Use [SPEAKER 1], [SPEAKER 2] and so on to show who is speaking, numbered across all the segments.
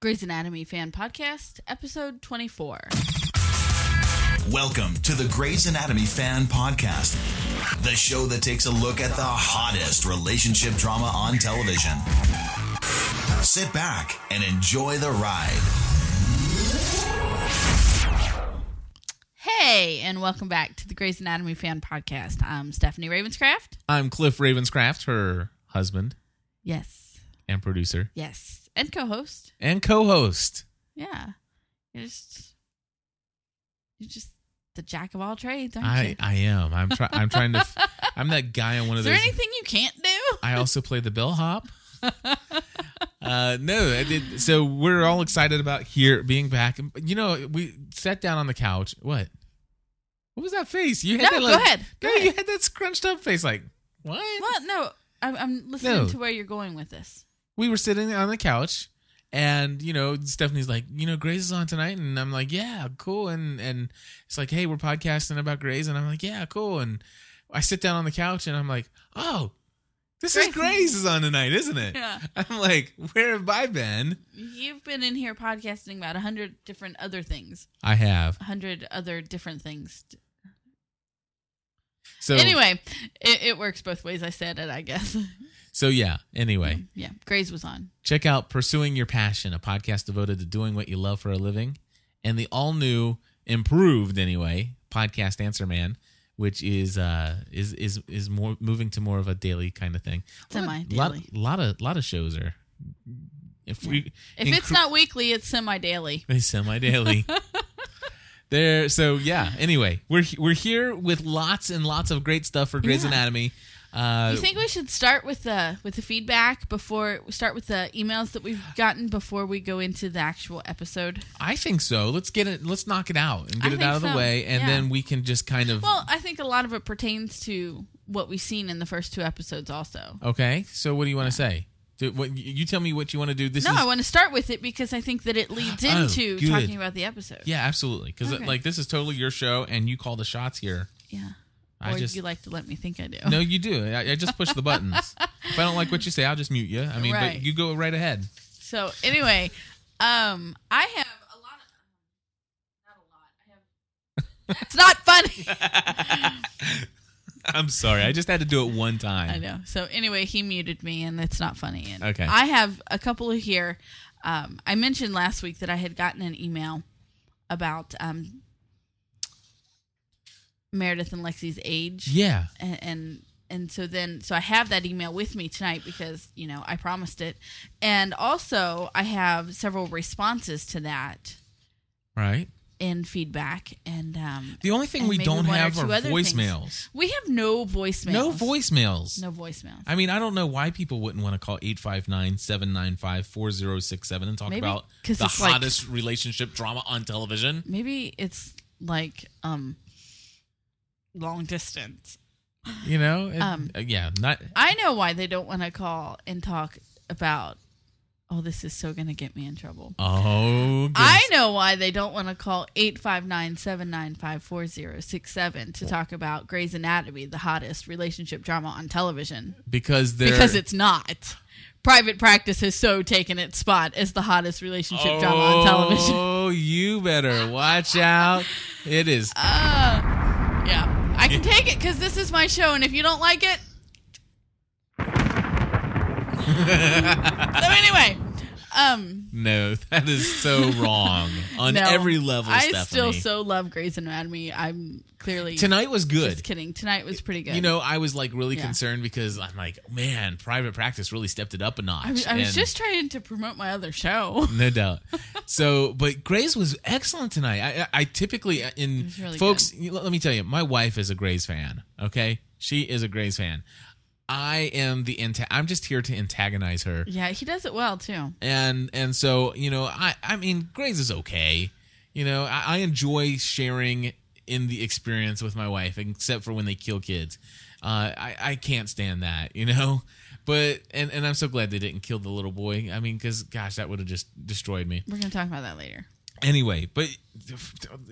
[SPEAKER 1] Grey's Anatomy Fan Podcast, episode 24.
[SPEAKER 2] Welcome to the Grey's Anatomy Fan Podcast, the show that takes a look at the hottest relationship drama on television. Sit back and enjoy the ride.
[SPEAKER 1] Hey, and welcome back to the Grey's Anatomy Fan Podcast. I'm Stephanie Ravenscraft.
[SPEAKER 3] I'm Cliff Ravenscraft, her husband
[SPEAKER 1] Yes,
[SPEAKER 3] and producer
[SPEAKER 1] yes. And co host.
[SPEAKER 3] and co-host.
[SPEAKER 1] Yeah. You're just, you're just the jack of all trades, aren't you?
[SPEAKER 3] I, I am. I'm trying. I'm trying to. F- I'm that guy on one
[SPEAKER 1] Is
[SPEAKER 3] of
[SPEAKER 1] there
[SPEAKER 3] those.
[SPEAKER 1] anything you can't do?
[SPEAKER 3] I also play the bellhop. uh, no, I did, so we're all excited about here being back. You know, we sat down on the couch. What? What was that face? You
[SPEAKER 1] No,
[SPEAKER 3] had that.
[SPEAKER 1] go
[SPEAKER 3] Like,
[SPEAKER 1] ahead. Go
[SPEAKER 3] no,
[SPEAKER 1] ahead.
[SPEAKER 3] you had that scrunched up face. Like what?
[SPEAKER 1] Well, no. I'm, I'm listening
[SPEAKER 3] No.
[SPEAKER 1] to where you're going with this.
[SPEAKER 3] we were sitting on the couch and you know stephanie's like you know grace is on tonight and i'm like yeah cool and and it's like hey we're podcasting about grace and i'm like yeah cool and i sit down on the couch and i'm like oh this is
[SPEAKER 1] Grace.
[SPEAKER 3] grace is on tonight isn't it
[SPEAKER 1] Yeah.
[SPEAKER 3] i'm like where have i been
[SPEAKER 1] You've been in here podcasting about a hundred different other things,
[SPEAKER 3] i have
[SPEAKER 1] a hundred other different things
[SPEAKER 3] so
[SPEAKER 1] anyway, it, it works both ways. I said it, I guess.
[SPEAKER 3] so yeah anyway
[SPEAKER 1] Yeah, Grays was on.
[SPEAKER 3] Check out Pursuing Your Passion, a podcast devoted to doing what you love for a living, and the all new, improved anyway, podcast Answer Man, which is uh is is is more moving to more of a daily kind of thing.
[SPEAKER 1] Semi
[SPEAKER 3] Lot,
[SPEAKER 1] daily.
[SPEAKER 3] lot of lot of shows are if we
[SPEAKER 1] If it's not weekly, it's semi daily.
[SPEAKER 3] semi daily. there so yeah, anyway, we're he- we're here with lots and lots of great stuff for Grey's
[SPEAKER 1] Yeah.
[SPEAKER 3] Anatomy. Uh
[SPEAKER 1] You think we should start with the with the feedback before we start with the emails that we've gotten before we go into the actual episode?
[SPEAKER 3] I think so. Let's get it let's knock it out and
[SPEAKER 1] I
[SPEAKER 3] get it
[SPEAKER 1] think
[SPEAKER 3] out of the
[SPEAKER 1] so.
[SPEAKER 3] way and
[SPEAKER 1] Yeah.
[SPEAKER 3] then we can just kind of
[SPEAKER 1] Well, I think a lot of it pertains to what we've seen in the first two episodes also.
[SPEAKER 3] Okay, so what do you want to say? Do, what, you you tell me what you want to do. This
[SPEAKER 1] No,
[SPEAKER 3] is
[SPEAKER 1] I want to start with it because I think that it leads
[SPEAKER 3] Oh,
[SPEAKER 1] into
[SPEAKER 3] good.
[SPEAKER 1] talking about the episode.
[SPEAKER 3] yeah, absolutely, because
[SPEAKER 1] Okay.
[SPEAKER 3] like this is totally your show, and you call the shots here.
[SPEAKER 1] Yeah.
[SPEAKER 3] I
[SPEAKER 1] Or
[SPEAKER 3] just-
[SPEAKER 1] you like to let me think I do.
[SPEAKER 3] No, you do. I, I just push the buttons. if I don't like what you say, I'll just mute you. I mean,
[SPEAKER 1] Right.
[SPEAKER 3] but you go right ahead.
[SPEAKER 1] So anyway, um, I have a lot of not a lot. I have that's not funny.
[SPEAKER 3] I'm sorry, I just had to do it one time.
[SPEAKER 1] I know. So anyway, he muted me, and it's not funny. And
[SPEAKER 3] Okay.
[SPEAKER 1] I have a couple of here. Um, I mentioned last week that I had gotten an email about um, Meredith and Lexi's age.
[SPEAKER 3] Yeah,
[SPEAKER 1] and and and so then so I have that email with me tonight because you know I promised it, and also I have several responses to that
[SPEAKER 3] right.
[SPEAKER 1] and feedback and um
[SPEAKER 3] The only thing
[SPEAKER 1] and
[SPEAKER 3] we
[SPEAKER 1] maybe
[SPEAKER 3] don't
[SPEAKER 1] one or
[SPEAKER 3] have are
[SPEAKER 1] two other things.
[SPEAKER 3] voicemails.
[SPEAKER 1] We have no voicemails.
[SPEAKER 3] No voicemails.
[SPEAKER 1] No voicemails.
[SPEAKER 3] I mean, I don't know why people wouldn't want to call 859-795-4067 and talk
[SPEAKER 1] Maybe
[SPEAKER 3] about
[SPEAKER 1] 'cause
[SPEAKER 3] the
[SPEAKER 1] it's like-
[SPEAKER 3] hottest relationship drama on television.
[SPEAKER 1] Maybe it's like um long distance.
[SPEAKER 3] You know, it-
[SPEAKER 1] Um,
[SPEAKER 3] uh, yeah, not
[SPEAKER 1] I know why they don't want to call and talk about. Oh, this is so gonna get me in trouble.
[SPEAKER 3] oh.
[SPEAKER 1] I know why they don't want to call 859-795-4067 to talk about Grey's Anatomy, the hottest relationship drama on television.
[SPEAKER 3] because they're
[SPEAKER 1] Because it's not. Private practice has so taken its spot as the hottest relationship drama on television.
[SPEAKER 3] Oh, you better watch out! It is
[SPEAKER 1] Uh, Yeah. I can take it because this is my show, and if you don't like it. so, anyway. Um,
[SPEAKER 3] no, that is so wrong on
[SPEAKER 1] no.
[SPEAKER 3] every level.
[SPEAKER 1] I
[SPEAKER 3] Stephanie.
[SPEAKER 1] still so love Grey's Anatomy. I'm clearly.
[SPEAKER 3] tonight was
[SPEAKER 1] Just
[SPEAKER 3] good.
[SPEAKER 1] kidding. Tonight was pretty good.
[SPEAKER 3] You know, I was like really
[SPEAKER 1] Yeah.
[SPEAKER 3] concerned because I'm like, man, private practice really stepped it up a notch.
[SPEAKER 1] I was, I was
[SPEAKER 3] and-
[SPEAKER 1] just trying to promote my other show.
[SPEAKER 3] No doubt. So, but Grays was excellent tonight. I, I, I typically uh, in
[SPEAKER 1] was really
[SPEAKER 3] folks. you- Let me tell you, my wife is a Grays fan. Okay, she is a Grays fan. I am the anta- I'm just here to antagonize her,
[SPEAKER 1] Yeah, he does it well too.
[SPEAKER 3] and and so you know, I I mean, Grays is okay. You know, I, I enjoy sharing in the experience with my wife, except for when they kill kids. Uh, I I can't stand that. You know. But and, and I'm so glad they didn't kill the little boy. I mean, because gosh, that would have just destroyed me
[SPEAKER 1] We're gonna talk about that later.
[SPEAKER 3] anyway but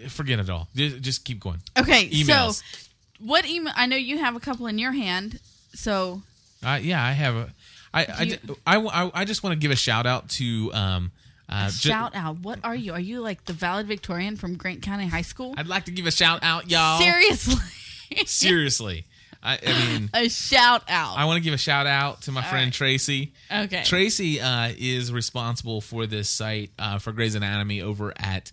[SPEAKER 3] forget it all just, just keep going
[SPEAKER 1] Okay,
[SPEAKER 3] emails
[SPEAKER 1] so what email? I know you have a couple in your hand. So
[SPEAKER 3] uh, yeah i have a i I
[SPEAKER 1] You-
[SPEAKER 3] d- I, w- I- I just want to give a shout out to um Uh, ju-
[SPEAKER 1] Shout out. What are you? Are you like the valedictorian from Grant County High School?
[SPEAKER 3] I'd like to give a shout out, y'all.
[SPEAKER 1] Seriously.
[SPEAKER 3] Seriously. I, I mean,
[SPEAKER 1] a shout out.
[SPEAKER 3] I want to give a shout out to my friend
[SPEAKER 1] right.
[SPEAKER 3] Tracy.
[SPEAKER 1] okay.
[SPEAKER 3] Tracy uh, is responsible for this site uh, for Grey's Anatomy over at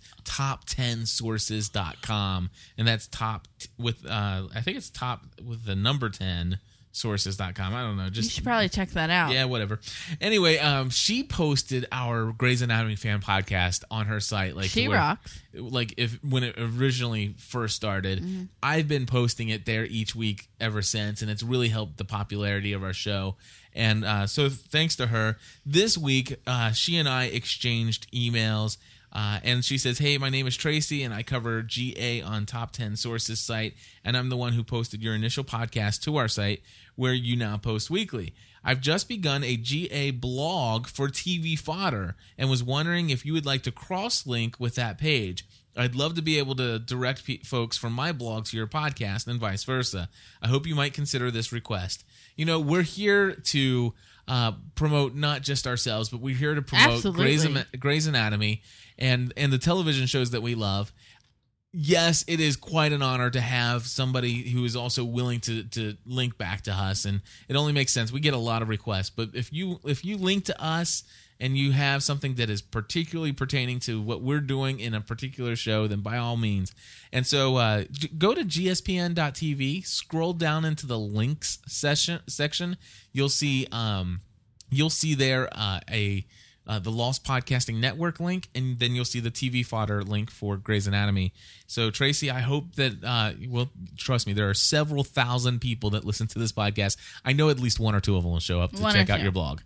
[SPEAKER 3] top10sources.com. And that's top t- with, uh, I think it's top with the number 10 sources.com. I don't know.
[SPEAKER 1] you
[SPEAKER 3] Just
[SPEAKER 1] should probably check that out.
[SPEAKER 3] yeah, whatever. Anyway, um, she posted our Grey's Anatomy fan podcast on her site. Like
[SPEAKER 1] She
[SPEAKER 3] where-
[SPEAKER 1] rocks.
[SPEAKER 3] Like if when it originally first started,
[SPEAKER 1] Mm-hmm.
[SPEAKER 3] I've been posting it there each week ever since, and it's really helped the popularity of our show. And uh, so thanks to her, this week uh, she and I exchanged emails. Uh, and she says, Hey, my name is Tracy, and I cover GA on Top 10 Sources site. And I'm the one who posted your initial podcast to our site, where you now post weekly. I've just begun a GA blog for TV fodder and was wondering if you would like to cross link with that page. I'd love to be able to direct pe- folks from my blog to your podcast and vice versa. I hope you might consider this request. You know, we're here to uh, promote not just ourselves, but we're here to promote Grey's,
[SPEAKER 1] Absolutely.
[SPEAKER 3] Ama- Grey's Anatomy and and the television shows that we love yes, it is quite an honor to have somebody who is also willing to to link back to us, and it only makes sense. We get a lot of requests, but if you if you link to us and you have something that is particularly pertaining to what we're doing in a particular show, then by all means. And so, uh, g- go to gspn.tv, scroll down into the links session section. You'll see um, you'll see there uh, a uh, the Lost Podcasting Network link, and then you'll see the TV fodder link for Grey's Anatomy. So, Tracy, I hope that, uh, well, trust me, there are several thousand people that listen to this podcast. I know at least one or two of them will show up to
[SPEAKER 1] One or
[SPEAKER 3] check out
[SPEAKER 1] two.
[SPEAKER 3] your blog.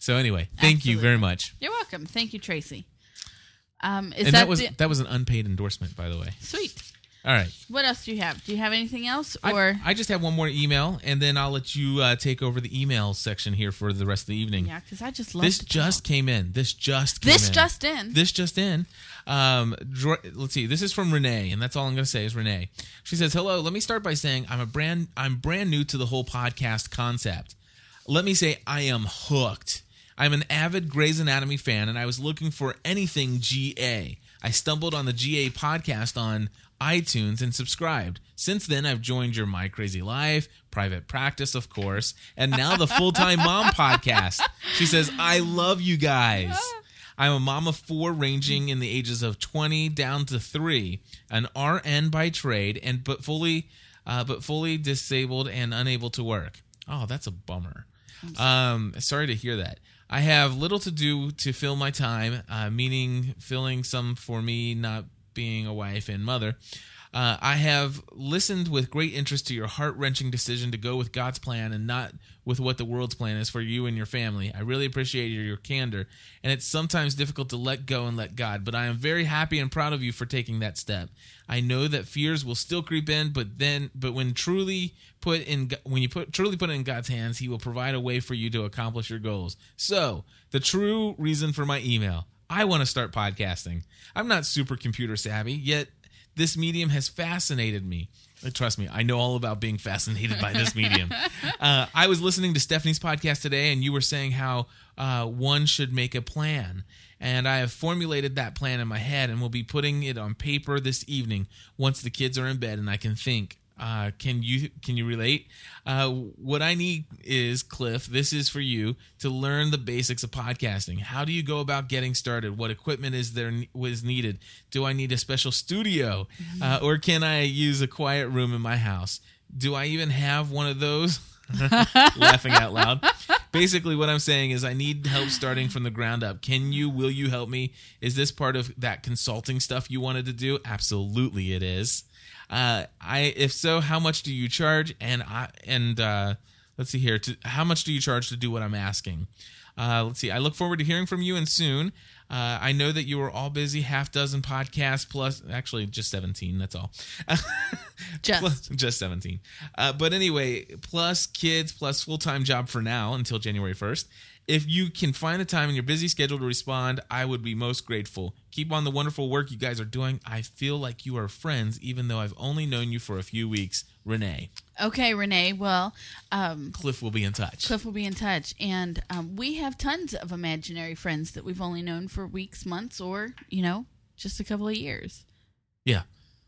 [SPEAKER 3] So, anyway, thank you very
[SPEAKER 1] Absolutely.
[SPEAKER 3] much.
[SPEAKER 1] You're welcome. Thank you, Tracy. Um, is
[SPEAKER 3] and
[SPEAKER 1] that,
[SPEAKER 3] that, was
[SPEAKER 1] the-
[SPEAKER 3] that was an unpaid endorsement, by the way.
[SPEAKER 1] sweet?
[SPEAKER 3] All right,
[SPEAKER 1] What else do you have? Do you have anything else,
[SPEAKER 3] I-
[SPEAKER 1] or
[SPEAKER 3] I, just have one more email, and then I'll let you uh, take over the email section here for the rest of the evening.
[SPEAKER 1] yeah? Because I just love
[SPEAKER 3] This
[SPEAKER 1] to
[SPEAKER 3] just came in. This just came
[SPEAKER 1] This
[SPEAKER 3] in.
[SPEAKER 1] just in.
[SPEAKER 3] This just in. Um, dr- let's see. This is from Renee, and that's all I'm going to say is Renee. She says, "Hello. Let me start by saying I'm a brand. I'm brand new to the whole podcast concept. Let me say I am hooked. I'm an avid Grey's Anatomy fan, and I was looking for anything GA. I stumbled on the GA podcast on iTunes and subscribed. Since then, I've joined your My Crazy Life, Private Practice, of course, and now the Full Time Mom podcast. She says, I love you guys. I'm a mom of four, ranging in the ages of 20 down to three, an RN by trade, and but fully, uh, but fully disabled and unable to work. Oh, that's a bummer. Um, sorry to hear that. I have little to do to fill my time, uh, meaning filling some for me not being a wife and mother. Uh, I have listened with great interest to your heart wrenching decision to go with God's plan and not with what the world's plan is for you and your family. I really appreciate your, your candor, and it's sometimes difficult to let go and let God, but I am very happy and proud of you for taking that step. I know that fears will still creep in, but then, but when truly put in, Go- when you put truly put it in God's hands, He will provide a way for you to accomplish your goals. So, the true reason for my email. I want to start podcasting. I'm not super computer savvy, yet this medium has fascinated me. Uh, Trust me, I know all about being fascinated by this medium. Uh, I was listening to Stephanie's podcast today, and you were saying how uh, one should make a plan. And I have formulated that plan in my head and will be putting it on paper this evening once the kids are in bed and I can think. Uh, can you can you relate? Uh, what I need is Cliff. This is for you to learn the basics of podcasting. How do you go about getting started? What equipment is there was needed? Do I need a special studio, uh, or can I use a quiet room in my house? Do I even have one of those? laughing out loud. Basically, what I'm saying is, I need help starting from the ground up. Can you? Will you help me? Is this part of that consulting stuff you wanted to do? Absolutely, it is. Uh, I if so, how much do you charge? And I and uh, let's see here. To, how much do you charge to do what I'm asking? Uh, let's see. I look forward to hearing from you and soon. Uh, I know that you are all busy, half dozen podcasts plus, actually just 17. That's all.
[SPEAKER 1] just
[SPEAKER 3] Plus- just 17. Uh, but anyway, plus kids, plus full time job for now until January 1st. If you can find the time in your busy schedule to respond, I would be most grateful. Keep on the wonderful work you guys are doing. I feel like you are friends, even though I've only known you for a few weeks. Renee.
[SPEAKER 1] Okay, Renee. Well, um,
[SPEAKER 3] Cliff will be in touch.
[SPEAKER 1] Cliff will be in touch, and um, we have tons of imaginary friends that we've only known for weeks, months, or you know, just a couple of years
[SPEAKER 3] Yeah,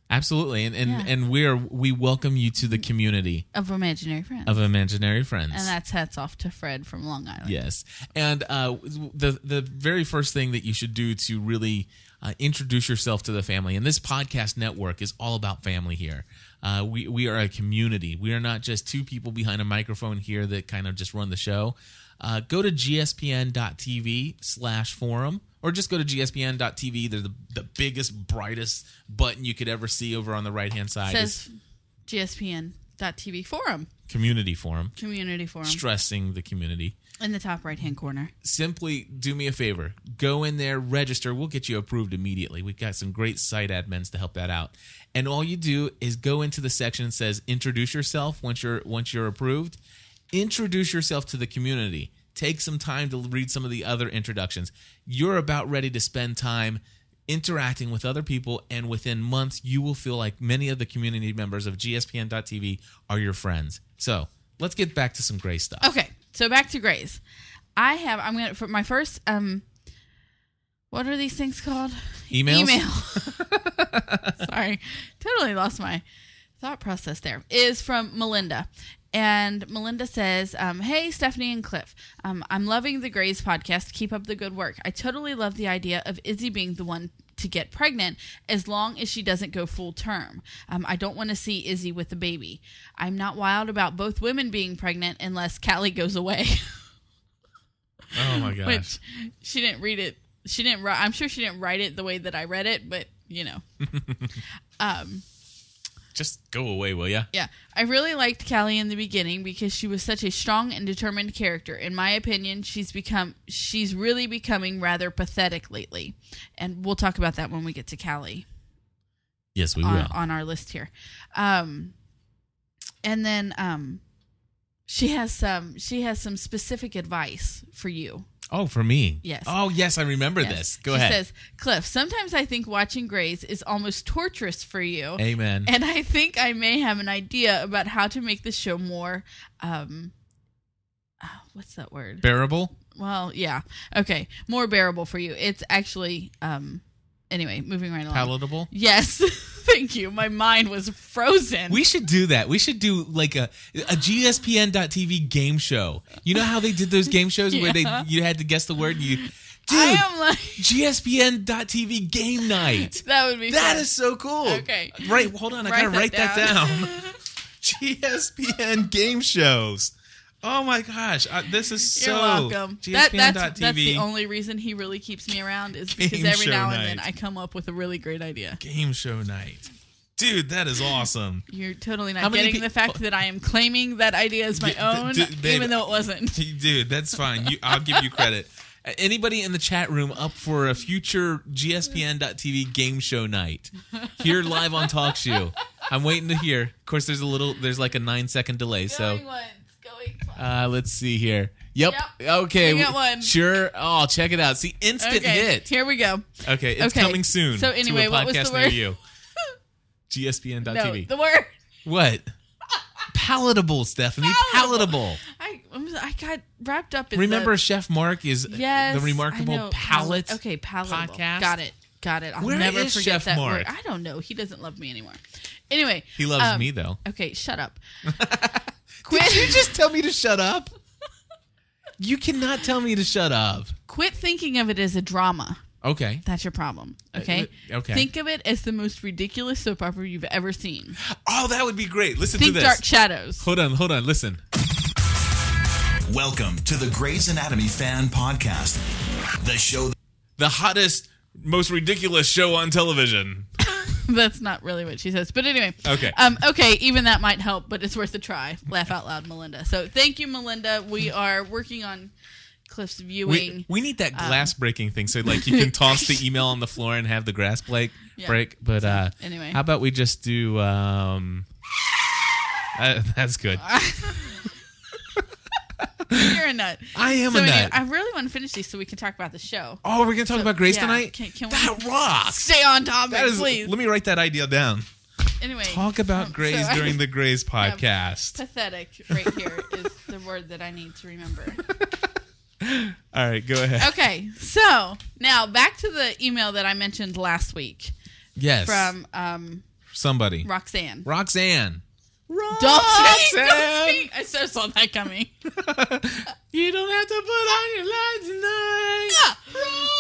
[SPEAKER 3] absolutely. And and
[SPEAKER 1] Yeah.
[SPEAKER 3] and we're we welcome you to the community
[SPEAKER 1] of imaginary friends.
[SPEAKER 3] of imaginary friends.
[SPEAKER 1] and that's hats off to Fred from Long Island.
[SPEAKER 3] Yes, and uh, the the very first thing that you should do to really uh, introduce yourself to the family, and this podcast network is all about family here. Uh, we we are a community. We are not just two people behind a microphone here that kind of just run the show. Uh, go to gspn.tv slash forum or just go to gspn.tv. They're the, the biggest, brightest button you could ever see over on the right hand side. is
[SPEAKER 1] Says GSPN.TV forum
[SPEAKER 3] community forum,
[SPEAKER 1] community forum
[SPEAKER 3] stressing the community.
[SPEAKER 1] in the top right hand corner.
[SPEAKER 3] simply do me a favor go in there register we'll get you approved immediately we've got some great site admins to help that out and all you do is go into the section that says introduce yourself once you're once you're approved introduce yourself to the community take some time to read some of the other introductions you're about ready to spend time interacting with other people and within months you will feel like many of the community members of gspn.tv are your friends so let's get back to some great stuff
[SPEAKER 1] Okay, so back to Grays. I have. I'm gonna for my first. Um, what are these things called?
[SPEAKER 3] Emails?
[SPEAKER 1] Email. Sorry, totally lost my thought process. There is from Melinda. And Melinda says, um, Hey, Stephanie and Cliff, um, I'm loving the Grays podcast. Keep up the good work. I totally love the idea of Izzy being the one to get pregnant as long as she doesn't go full term. Um, I don't want to see Izzy with a baby. I'm not wild about both women being pregnant unless Callie goes away.
[SPEAKER 3] oh my gosh
[SPEAKER 1] Which she didn't read it. She didn't write. I'm sure she didn't write it the way that I read it, but you know, Um,
[SPEAKER 3] Just go away, will ya?
[SPEAKER 1] yeah. I really liked Callie in the beginning because she was such a strong and determined character. In my opinion, she's become she's really becoming rather pathetic lately, and we'll talk about that when we get to Callie.
[SPEAKER 3] Yes, we
[SPEAKER 1] on,
[SPEAKER 3] will.
[SPEAKER 1] on our list here. Um, and then um, she has some she has some specific advice for you.
[SPEAKER 3] oh, for me.
[SPEAKER 1] Yes.
[SPEAKER 3] Oh, yes, I remember this. Go
[SPEAKER 1] she
[SPEAKER 3] ahead.
[SPEAKER 1] says, Cliff, sometimes I think watching Grays is almost torturous for you.
[SPEAKER 3] Amen.
[SPEAKER 1] And I think I may have an idea about how to make the show more um oh, what's that word?
[SPEAKER 3] Bearable.
[SPEAKER 1] well, yeah. Okay. More bearable for you. It's actually um anyway, moving right along.
[SPEAKER 3] Palatable.
[SPEAKER 1] Yes. Thank you. My mind was frozen.
[SPEAKER 3] We should do that. We should do like a a GSPN.TV game show. You know how they did those game shows where they you had to guess the word and you
[SPEAKER 1] I
[SPEAKER 3] Dude,
[SPEAKER 1] am like
[SPEAKER 3] GSPN.TV game night.
[SPEAKER 1] that would be
[SPEAKER 3] That
[SPEAKER 1] fun.
[SPEAKER 3] is so cool.
[SPEAKER 1] Okay.
[SPEAKER 3] Right, hold on. I got to write
[SPEAKER 1] Write that
[SPEAKER 3] that down. GSPN game shows. Oh my gosh. Uh, this is
[SPEAKER 1] You're
[SPEAKER 3] so
[SPEAKER 1] welcome. That,
[SPEAKER 3] GSPN.TV.
[SPEAKER 1] that's, that's the only reason he really keeps me around is because
[SPEAKER 3] Game
[SPEAKER 1] every
[SPEAKER 3] show
[SPEAKER 1] now and then
[SPEAKER 3] night.
[SPEAKER 1] I come up with a really great idea.
[SPEAKER 3] game show night. Dude, that is awesome.
[SPEAKER 1] You're totally
[SPEAKER 3] How
[SPEAKER 1] not
[SPEAKER 3] many
[SPEAKER 1] getting
[SPEAKER 3] peo-
[SPEAKER 1] the fact that I am claiming that idea as my
[SPEAKER 3] Yeah,
[SPEAKER 1] own,
[SPEAKER 3] d- d- babe.
[SPEAKER 1] even though it wasn't.
[SPEAKER 3] Dude, that's fine. You, I'll give you credit. Uh, Anybody in the chat room up for a future GSPN.TV game show night here live on Talk Show? I'm waiting to hear. Of course, there's a little, there's like a nine second delay. So
[SPEAKER 1] Going once, going twice.
[SPEAKER 3] uh, let's see here. Yep.
[SPEAKER 1] Yep.
[SPEAKER 3] Okay.
[SPEAKER 1] We got one.
[SPEAKER 3] Sure. Oh, check it out. See, instant
[SPEAKER 1] okay,
[SPEAKER 3] hit.
[SPEAKER 1] here we go.
[SPEAKER 3] Okay, it's
[SPEAKER 1] Okay.
[SPEAKER 3] coming soon.
[SPEAKER 1] So anyway,
[SPEAKER 3] to a podcast
[SPEAKER 1] what was the
[SPEAKER 3] near
[SPEAKER 1] word?
[SPEAKER 3] you. GSPN.TV.
[SPEAKER 1] No, the word.
[SPEAKER 3] What? Palatable, Stephanie.
[SPEAKER 1] Palatable.
[SPEAKER 3] Palatable.
[SPEAKER 1] I, I'm, I got wrapped up in
[SPEAKER 3] Remember,
[SPEAKER 1] the,
[SPEAKER 3] Chef Mark is
[SPEAKER 1] yes,
[SPEAKER 3] the
[SPEAKER 1] I
[SPEAKER 3] remarkable
[SPEAKER 1] know,
[SPEAKER 3] palate.
[SPEAKER 1] pal- Okay, palatable.
[SPEAKER 3] podcast.
[SPEAKER 1] Got it. Got it. I'll
[SPEAKER 3] Where
[SPEAKER 1] never
[SPEAKER 3] is
[SPEAKER 1] forget
[SPEAKER 3] Chef
[SPEAKER 1] that
[SPEAKER 3] Mark?
[SPEAKER 1] word. I don't know. He doesn't love me anymore. Anyway,
[SPEAKER 3] He loves
[SPEAKER 1] um,
[SPEAKER 3] me though.
[SPEAKER 1] Okay, shut up. quit,
[SPEAKER 3] Did you just tell me to shut up? You cannot tell me to shut up.
[SPEAKER 1] quit thinking of it as a drama.
[SPEAKER 3] Okay.
[SPEAKER 1] That's your problem. Okay.
[SPEAKER 3] uh, okay.
[SPEAKER 1] Think of it as the most ridiculous soap opera you've ever seen.
[SPEAKER 3] Oh, that would be great. Listen
[SPEAKER 1] Think
[SPEAKER 3] to this.
[SPEAKER 1] Dark Shadows.
[SPEAKER 3] Hold on, hold on. Listen.
[SPEAKER 2] Welcome to the Grey's Anatomy Fan Podcast, the show
[SPEAKER 3] The hottest, most ridiculous show on television.
[SPEAKER 1] That's not really what she says, but anyway.
[SPEAKER 3] Okay.
[SPEAKER 1] Um. Okay. Even that might help, but it's worth a try. Laugh out loud, Melinda. So thank you, Melinda. We are working on Cliff's viewing.
[SPEAKER 3] Hmm. We, we need that glass breaking thing so like you can toss the email on the floor and have the grass break
[SPEAKER 1] Yeah.
[SPEAKER 3] break. But uh
[SPEAKER 1] anyway.
[SPEAKER 3] how about we just do um that- that's good.
[SPEAKER 1] You're a nut.
[SPEAKER 3] I am
[SPEAKER 1] so
[SPEAKER 3] a
[SPEAKER 1] anyway,
[SPEAKER 3] nut.
[SPEAKER 1] I really want to finish these so we can talk about the show.
[SPEAKER 3] oh, we're gonna talk about Grace
[SPEAKER 1] yeah,
[SPEAKER 3] tonight.
[SPEAKER 1] can- can we-
[SPEAKER 3] that rocks.
[SPEAKER 1] Stay on topic,
[SPEAKER 3] That is.
[SPEAKER 1] please.
[SPEAKER 3] Let me write that idea down.
[SPEAKER 1] Anyway,
[SPEAKER 3] Talk about
[SPEAKER 1] um,
[SPEAKER 3] Grays
[SPEAKER 1] so I-
[SPEAKER 3] during the Grays
[SPEAKER 1] yeah,
[SPEAKER 3] podcast.
[SPEAKER 1] Pathetic, right here is the word that I need to remember.
[SPEAKER 3] All right, go ahead.
[SPEAKER 1] Okay, so now back to the email that I mentioned last week
[SPEAKER 3] Yes,
[SPEAKER 1] from um,
[SPEAKER 3] somebody.
[SPEAKER 1] Roxanne.
[SPEAKER 3] Roxanne.
[SPEAKER 1] Don't speak,
[SPEAKER 3] Roxanne.
[SPEAKER 1] don't speak. I so saw that coming.
[SPEAKER 3] You don't have to put on your lights tonight.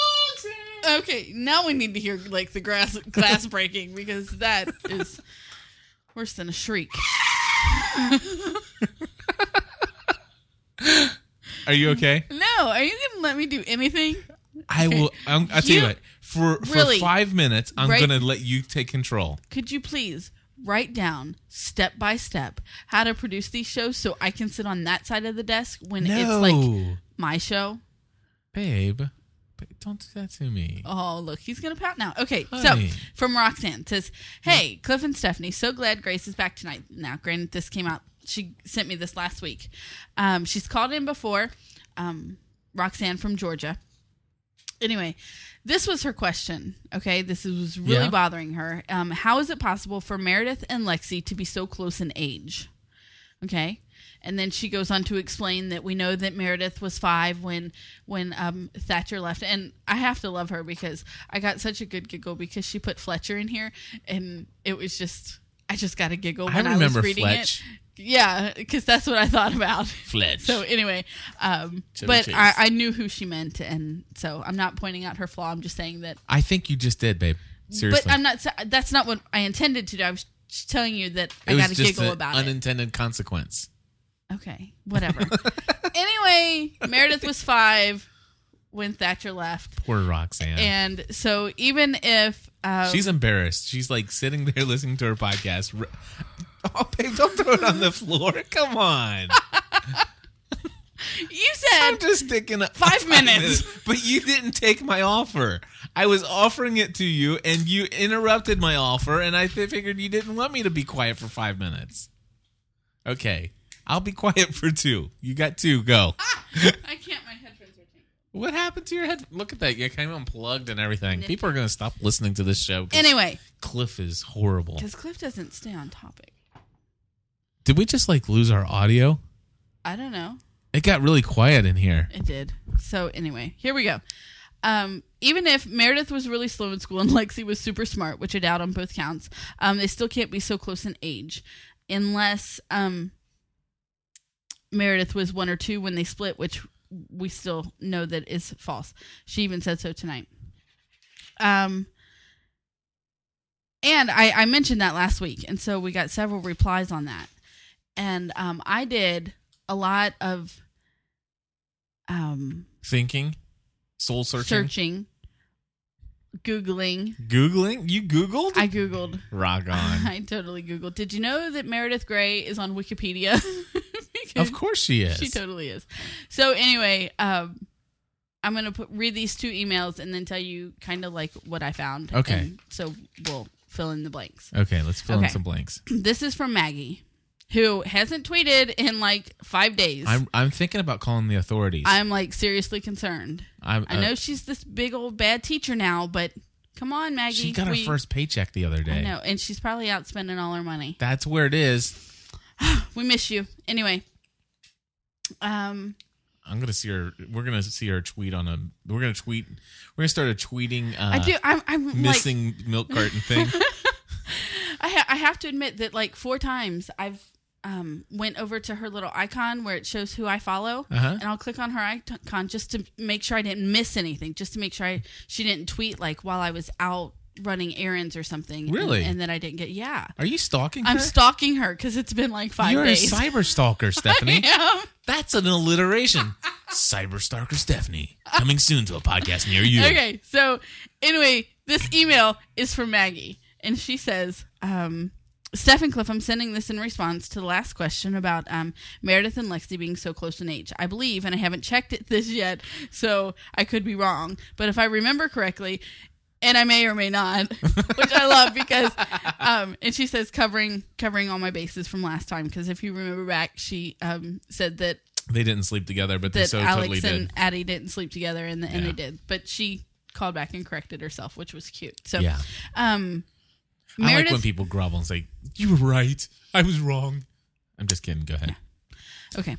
[SPEAKER 1] Okay, now we need to hear like the grass glass breaking because that is worse than a shriek.
[SPEAKER 3] Are you okay?
[SPEAKER 1] No, are you gonna let me do anything?
[SPEAKER 3] I will. I'm, I'll tell
[SPEAKER 1] You-
[SPEAKER 3] you what. For for
[SPEAKER 1] Really?
[SPEAKER 3] five minutes, I'm
[SPEAKER 1] Right-
[SPEAKER 3] gonna let you take control.
[SPEAKER 1] Could you please write down step by step how to produce these shows so I can sit on that side of the desk when it's like my show?
[SPEAKER 3] babe, ba- don't do that to me.
[SPEAKER 1] Oh, look, he's going to pout now. Okay,
[SPEAKER 3] Honey.
[SPEAKER 1] so from Roxanne says, Hey, Cliff and Stephanie, so glad Grace is back tonight. Now, granted, this came out, she sent me this last week. Um, she's called in before, um, Roxanne from Georgia. Anyway, this was her question. Okay, this is- was really
[SPEAKER 3] Yeah.
[SPEAKER 1] bothering her. Um, how is it possible for Meredith and Lexi to be so close in age? Okay. And then she goes on to explain that we know that Meredith was five when when um, Thatcher left, and I have to love her because I got such a good giggle because she put Fletcher in here, and it was just I just got a giggle
[SPEAKER 3] I
[SPEAKER 1] when I, was
[SPEAKER 3] remember
[SPEAKER 1] reading
[SPEAKER 3] Fletch.
[SPEAKER 1] it. Yeah, because that's what I thought about.
[SPEAKER 3] Fletch.
[SPEAKER 1] So anyway, um,
[SPEAKER 3] Chevy
[SPEAKER 1] but
[SPEAKER 3] Chase.
[SPEAKER 1] I, I knew who she meant, and so I'm not pointing out her flaw. I'm just saying that.
[SPEAKER 3] I think you just did, babe. Seriously.
[SPEAKER 1] But I'm not. That's not what I intended to do. I was just telling you that
[SPEAKER 3] it
[SPEAKER 1] I
[SPEAKER 3] was
[SPEAKER 1] got a
[SPEAKER 3] just
[SPEAKER 1] giggle
[SPEAKER 3] an
[SPEAKER 1] about it.
[SPEAKER 3] unintended consequence.
[SPEAKER 1] Okay, whatever. anyway, Meredith was five when Thatcher left,
[SPEAKER 3] Poor Roxanne.
[SPEAKER 1] and so even if um,
[SPEAKER 3] She's embarrassed. She's like sitting there listening to her podcast. Re- Oh, babe, don't throw it on the floor. Come on.
[SPEAKER 1] you
[SPEAKER 3] I'm
[SPEAKER 1] said
[SPEAKER 3] just sticking up
[SPEAKER 1] Five minutes.
[SPEAKER 3] But you didn't take my offer. I was offering it to you, and you interrupted my offer, and I fi- figured you didn't want me to be quiet for five minutes. Okay. I'll be quiet for two. You got two. Go.
[SPEAKER 1] I can't. My headphones are tangled.
[SPEAKER 3] What happened to your head? Look at that. You came unplugged and everything. People are going to stop listening to this show. 'cause
[SPEAKER 1] Anyway,
[SPEAKER 3] Cliff is horrible.
[SPEAKER 1] because Cliff doesn't stay on topic.
[SPEAKER 3] Did we just like lose our audio?
[SPEAKER 1] I don't know.
[SPEAKER 3] It got really quiet in here.
[SPEAKER 1] It did. So anyway, here we go. Um, even if Meredith was really slow in school and Lexi was super smart, which I doubt on both counts, um, they still can't be so close in age, unless um, Meredith was one or two when they split, which we still know that is false. She even said so tonight. Um, and I, I mentioned that last week, and so we got several replies on that. And um, I did a lot of um,
[SPEAKER 3] Thinking, soul searching,
[SPEAKER 1] searching, googling.
[SPEAKER 3] Googling. You Googled?
[SPEAKER 1] I googled.
[SPEAKER 3] Rock on.
[SPEAKER 1] I totally googled. Did you know that Meredith Grey is on Wikipedia? Because
[SPEAKER 3] Of course she is.
[SPEAKER 1] she totally is. So anyway, um, I'm gonna put, read these two emails and then tell you kind of like what I found.
[SPEAKER 3] Okay.
[SPEAKER 1] And so we'll fill in the blanks.
[SPEAKER 3] Okay, let's fill in
[SPEAKER 1] Okay.
[SPEAKER 3] some blanks.
[SPEAKER 1] This is from Maggie, who hasn't tweeted in like five days.
[SPEAKER 3] I'm I'm thinking about calling the authorities.
[SPEAKER 1] I'm like seriously concerned.
[SPEAKER 3] I'm,
[SPEAKER 1] I
[SPEAKER 3] uh,
[SPEAKER 1] know she's this big old bad teacher now, but come on, Maggie.
[SPEAKER 3] she got her
[SPEAKER 1] we-
[SPEAKER 3] first paycheck the other
[SPEAKER 1] I
[SPEAKER 3] day.
[SPEAKER 1] know, and she's probably out spending all her money.
[SPEAKER 3] That's where it is.
[SPEAKER 1] We miss you. Anyway. Um
[SPEAKER 3] I'm gonna see her. We're gonna see her tweet on a. We're gonna tweet. We're gonna start a tweeting. Uh,
[SPEAKER 1] I do I'm I'm like
[SPEAKER 3] missing milk carton thing.
[SPEAKER 1] I ha- I have to admit that like four times I've um went over to her little icon where it shows who I follow
[SPEAKER 3] Uh-huh.
[SPEAKER 1] and I'll click on her icon just to make sure I didn't miss anything, just to make sure I she didn't tweet like while I was out running errands or something. and-
[SPEAKER 3] Really?
[SPEAKER 1] And, then I didn't get yeah.
[SPEAKER 3] Are you stalking?
[SPEAKER 1] I'm
[SPEAKER 3] her?
[SPEAKER 1] stalking her cuz it's been like 5
[SPEAKER 3] You're
[SPEAKER 1] days. Um,
[SPEAKER 3] a cyber stalker, Stephanie.
[SPEAKER 1] Yeah.
[SPEAKER 3] That's an alliteration. cyber stalker Stephanie coming soon to a podcast near you.
[SPEAKER 1] Okay, so anyway, this email is from Maggie, and she says, um, Steph and Cliff, I'm sending this in response to the last question about um, Meredith and Lexi being so close in age. I believe, and I haven't checked it this yet, so I could be wrong, but if I remember correctly, and I may or may not, which I love because, um, and she says covering covering all my bases from last time because if you remember back, she um, said that
[SPEAKER 3] They didn't sleep together, but they
[SPEAKER 1] that
[SPEAKER 3] so
[SPEAKER 1] Alex
[SPEAKER 3] totally
[SPEAKER 1] and
[SPEAKER 3] did.
[SPEAKER 1] Addie didn't sleep together, and, and
[SPEAKER 3] Yeah.
[SPEAKER 1] they did. But she called back and corrected herself, which was cute. So,
[SPEAKER 3] Yeah.
[SPEAKER 1] um,
[SPEAKER 3] I like
[SPEAKER 1] Meredith-
[SPEAKER 3] when people grovel and say, "You were right. I was wrong." I'm just kidding. Go ahead.
[SPEAKER 1] Okay.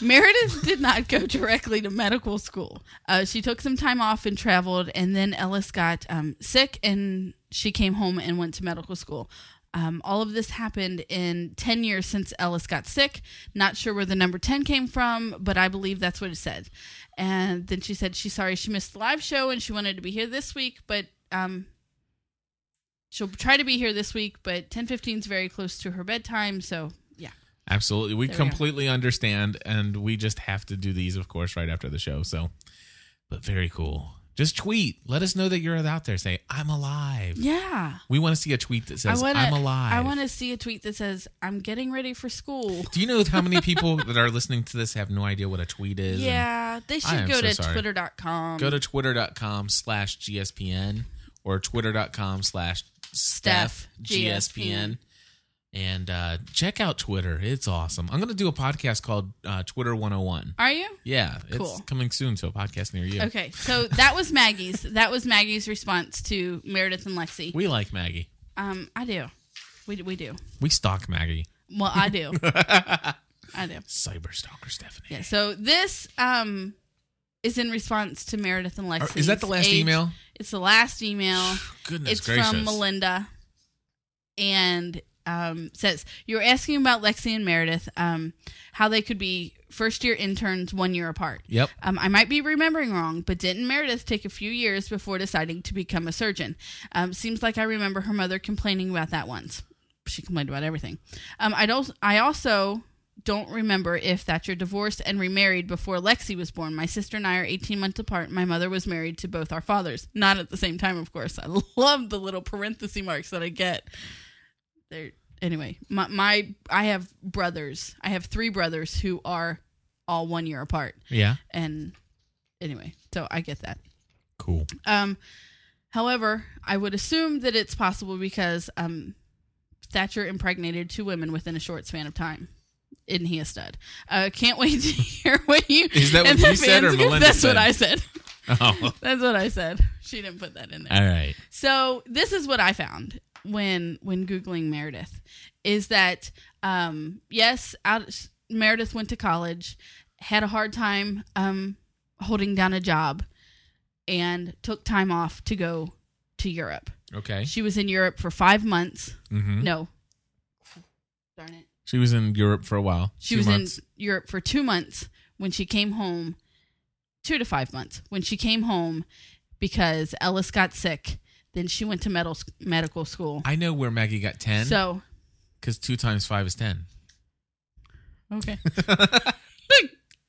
[SPEAKER 1] Meredith did not go directly to medical school. Uh, she took some time off and traveled, and then Ellis got um, sick, and she came home and went to medical school. Um, all of this happened in 10 years since Ellis got sick. Not sure where the number 10 came from, but I believe that's what it said. And then she said she's sorry she missed the live show and she wanted to be here this week, but um, she'll try to be here this week. But 10:15 is very close to her bedtime, so yeah.
[SPEAKER 3] Absolutely. We
[SPEAKER 1] There we go.
[SPEAKER 3] completely understand. And we just have to do these, of course, right after the show. So, but very cool. Just tweet. Let us know that you're out there. Say, I'm alive.
[SPEAKER 1] Yeah.
[SPEAKER 3] We want to see a tweet that says,
[SPEAKER 1] wanna-
[SPEAKER 3] I'm alive.
[SPEAKER 1] I want to see a tweet that says, I'm getting ready for school.
[SPEAKER 3] Do you know how many people that are listening to this have no idea what a tweet is? And
[SPEAKER 1] Yeah, they
[SPEAKER 3] I
[SPEAKER 1] should
[SPEAKER 3] am
[SPEAKER 1] go
[SPEAKER 3] so
[SPEAKER 1] to
[SPEAKER 3] sorry.
[SPEAKER 1] twitter.com.
[SPEAKER 3] Go to twitter.com slash GSPN or twitter.com slash Steph GSPN. And uh, check out Twitter. It's awesome. I'm going to do a podcast called uh, Twitter 101.
[SPEAKER 1] Are you?
[SPEAKER 3] Yeah, it's
[SPEAKER 1] Cool.
[SPEAKER 3] coming soon to a podcast near you.
[SPEAKER 1] Okay, so that was Maggie's. that was Maggie's response to Meredith and Lexi.
[SPEAKER 3] We like Maggie.
[SPEAKER 1] Um, I do. We, we do.
[SPEAKER 3] We stalk Maggie.
[SPEAKER 1] Well, I do. I do.
[SPEAKER 3] Cyber stalker Stephanie.
[SPEAKER 1] Yeah, so this um is in response to Meredith and
[SPEAKER 3] Or-
[SPEAKER 1] Lexi.
[SPEAKER 3] Is that the last email?
[SPEAKER 1] It's the last email.
[SPEAKER 3] Goodness
[SPEAKER 1] it's
[SPEAKER 3] gracious.
[SPEAKER 1] from Melinda, and um, says you're asking about Lexi and Meredith, um, how they could be first year interns one year apart.
[SPEAKER 3] Yep.
[SPEAKER 1] Um, I might be remembering wrong, but didn't Meredith take a few years before deciding to become a surgeon? Um, seems like I remember her mother complaining about that once. She complained about everything. Um, I don't. I also don't remember if Thatcher divorced and remarried before Lexi was born. My sister and I are 18 months apart. My mother was married to both our fathers, not at the same time, of course. I love the little parenthesis marks that I get. There. Anyway, my, my I have brothers. I have three brothers who are all one year apart
[SPEAKER 3] Yeah.
[SPEAKER 1] and anyway so i get that
[SPEAKER 3] Cool.
[SPEAKER 1] um however i would assume that it's possible because um thatcher impregnated two women within a short span of time isn't he a stud uh can't wait to hear what you
[SPEAKER 3] Is that what
[SPEAKER 1] and the
[SPEAKER 3] you said or
[SPEAKER 1] fans-
[SPEAKER 3] Melinda
[SPEAKER 1] that's
[SPEAKER 3] said?
[SPEAKER 1] what i said
[SPEAKER 3] Oh.
[SPEAKER 1] that's what i said she didn't put that in there
[SPEAKER 3] All right.
[SPEAKER 1] so this is what I found when when googling Meredith is that um, yes, out, Meredith went to college, had a hard time um, holding down a job, and took time off to go to Europe.
[SPEAKER 3] Okay.
[SPEAKER 1] She was in Europe for five months.
[SPEAKER 3] hmm
[SPEAKER 1] No, darn it,
[SPEAKER 3] She was in Europe for a while.
[SPEAKER 1] she
[SPEAKER 3] Two
[SPEAKER 1] was
[SPEAKER 3] months.
[SPEAKER 1] in Europe for two months when she came home, two to five months when she came home because Ellis got sick. Then she went to medal, medical school.
[SPEAKER 3] I know where Maggie got 10
[SPEAKER 1] So
[SPEAKER 3] because two times five is 10.
[SPEAKER 1] okay,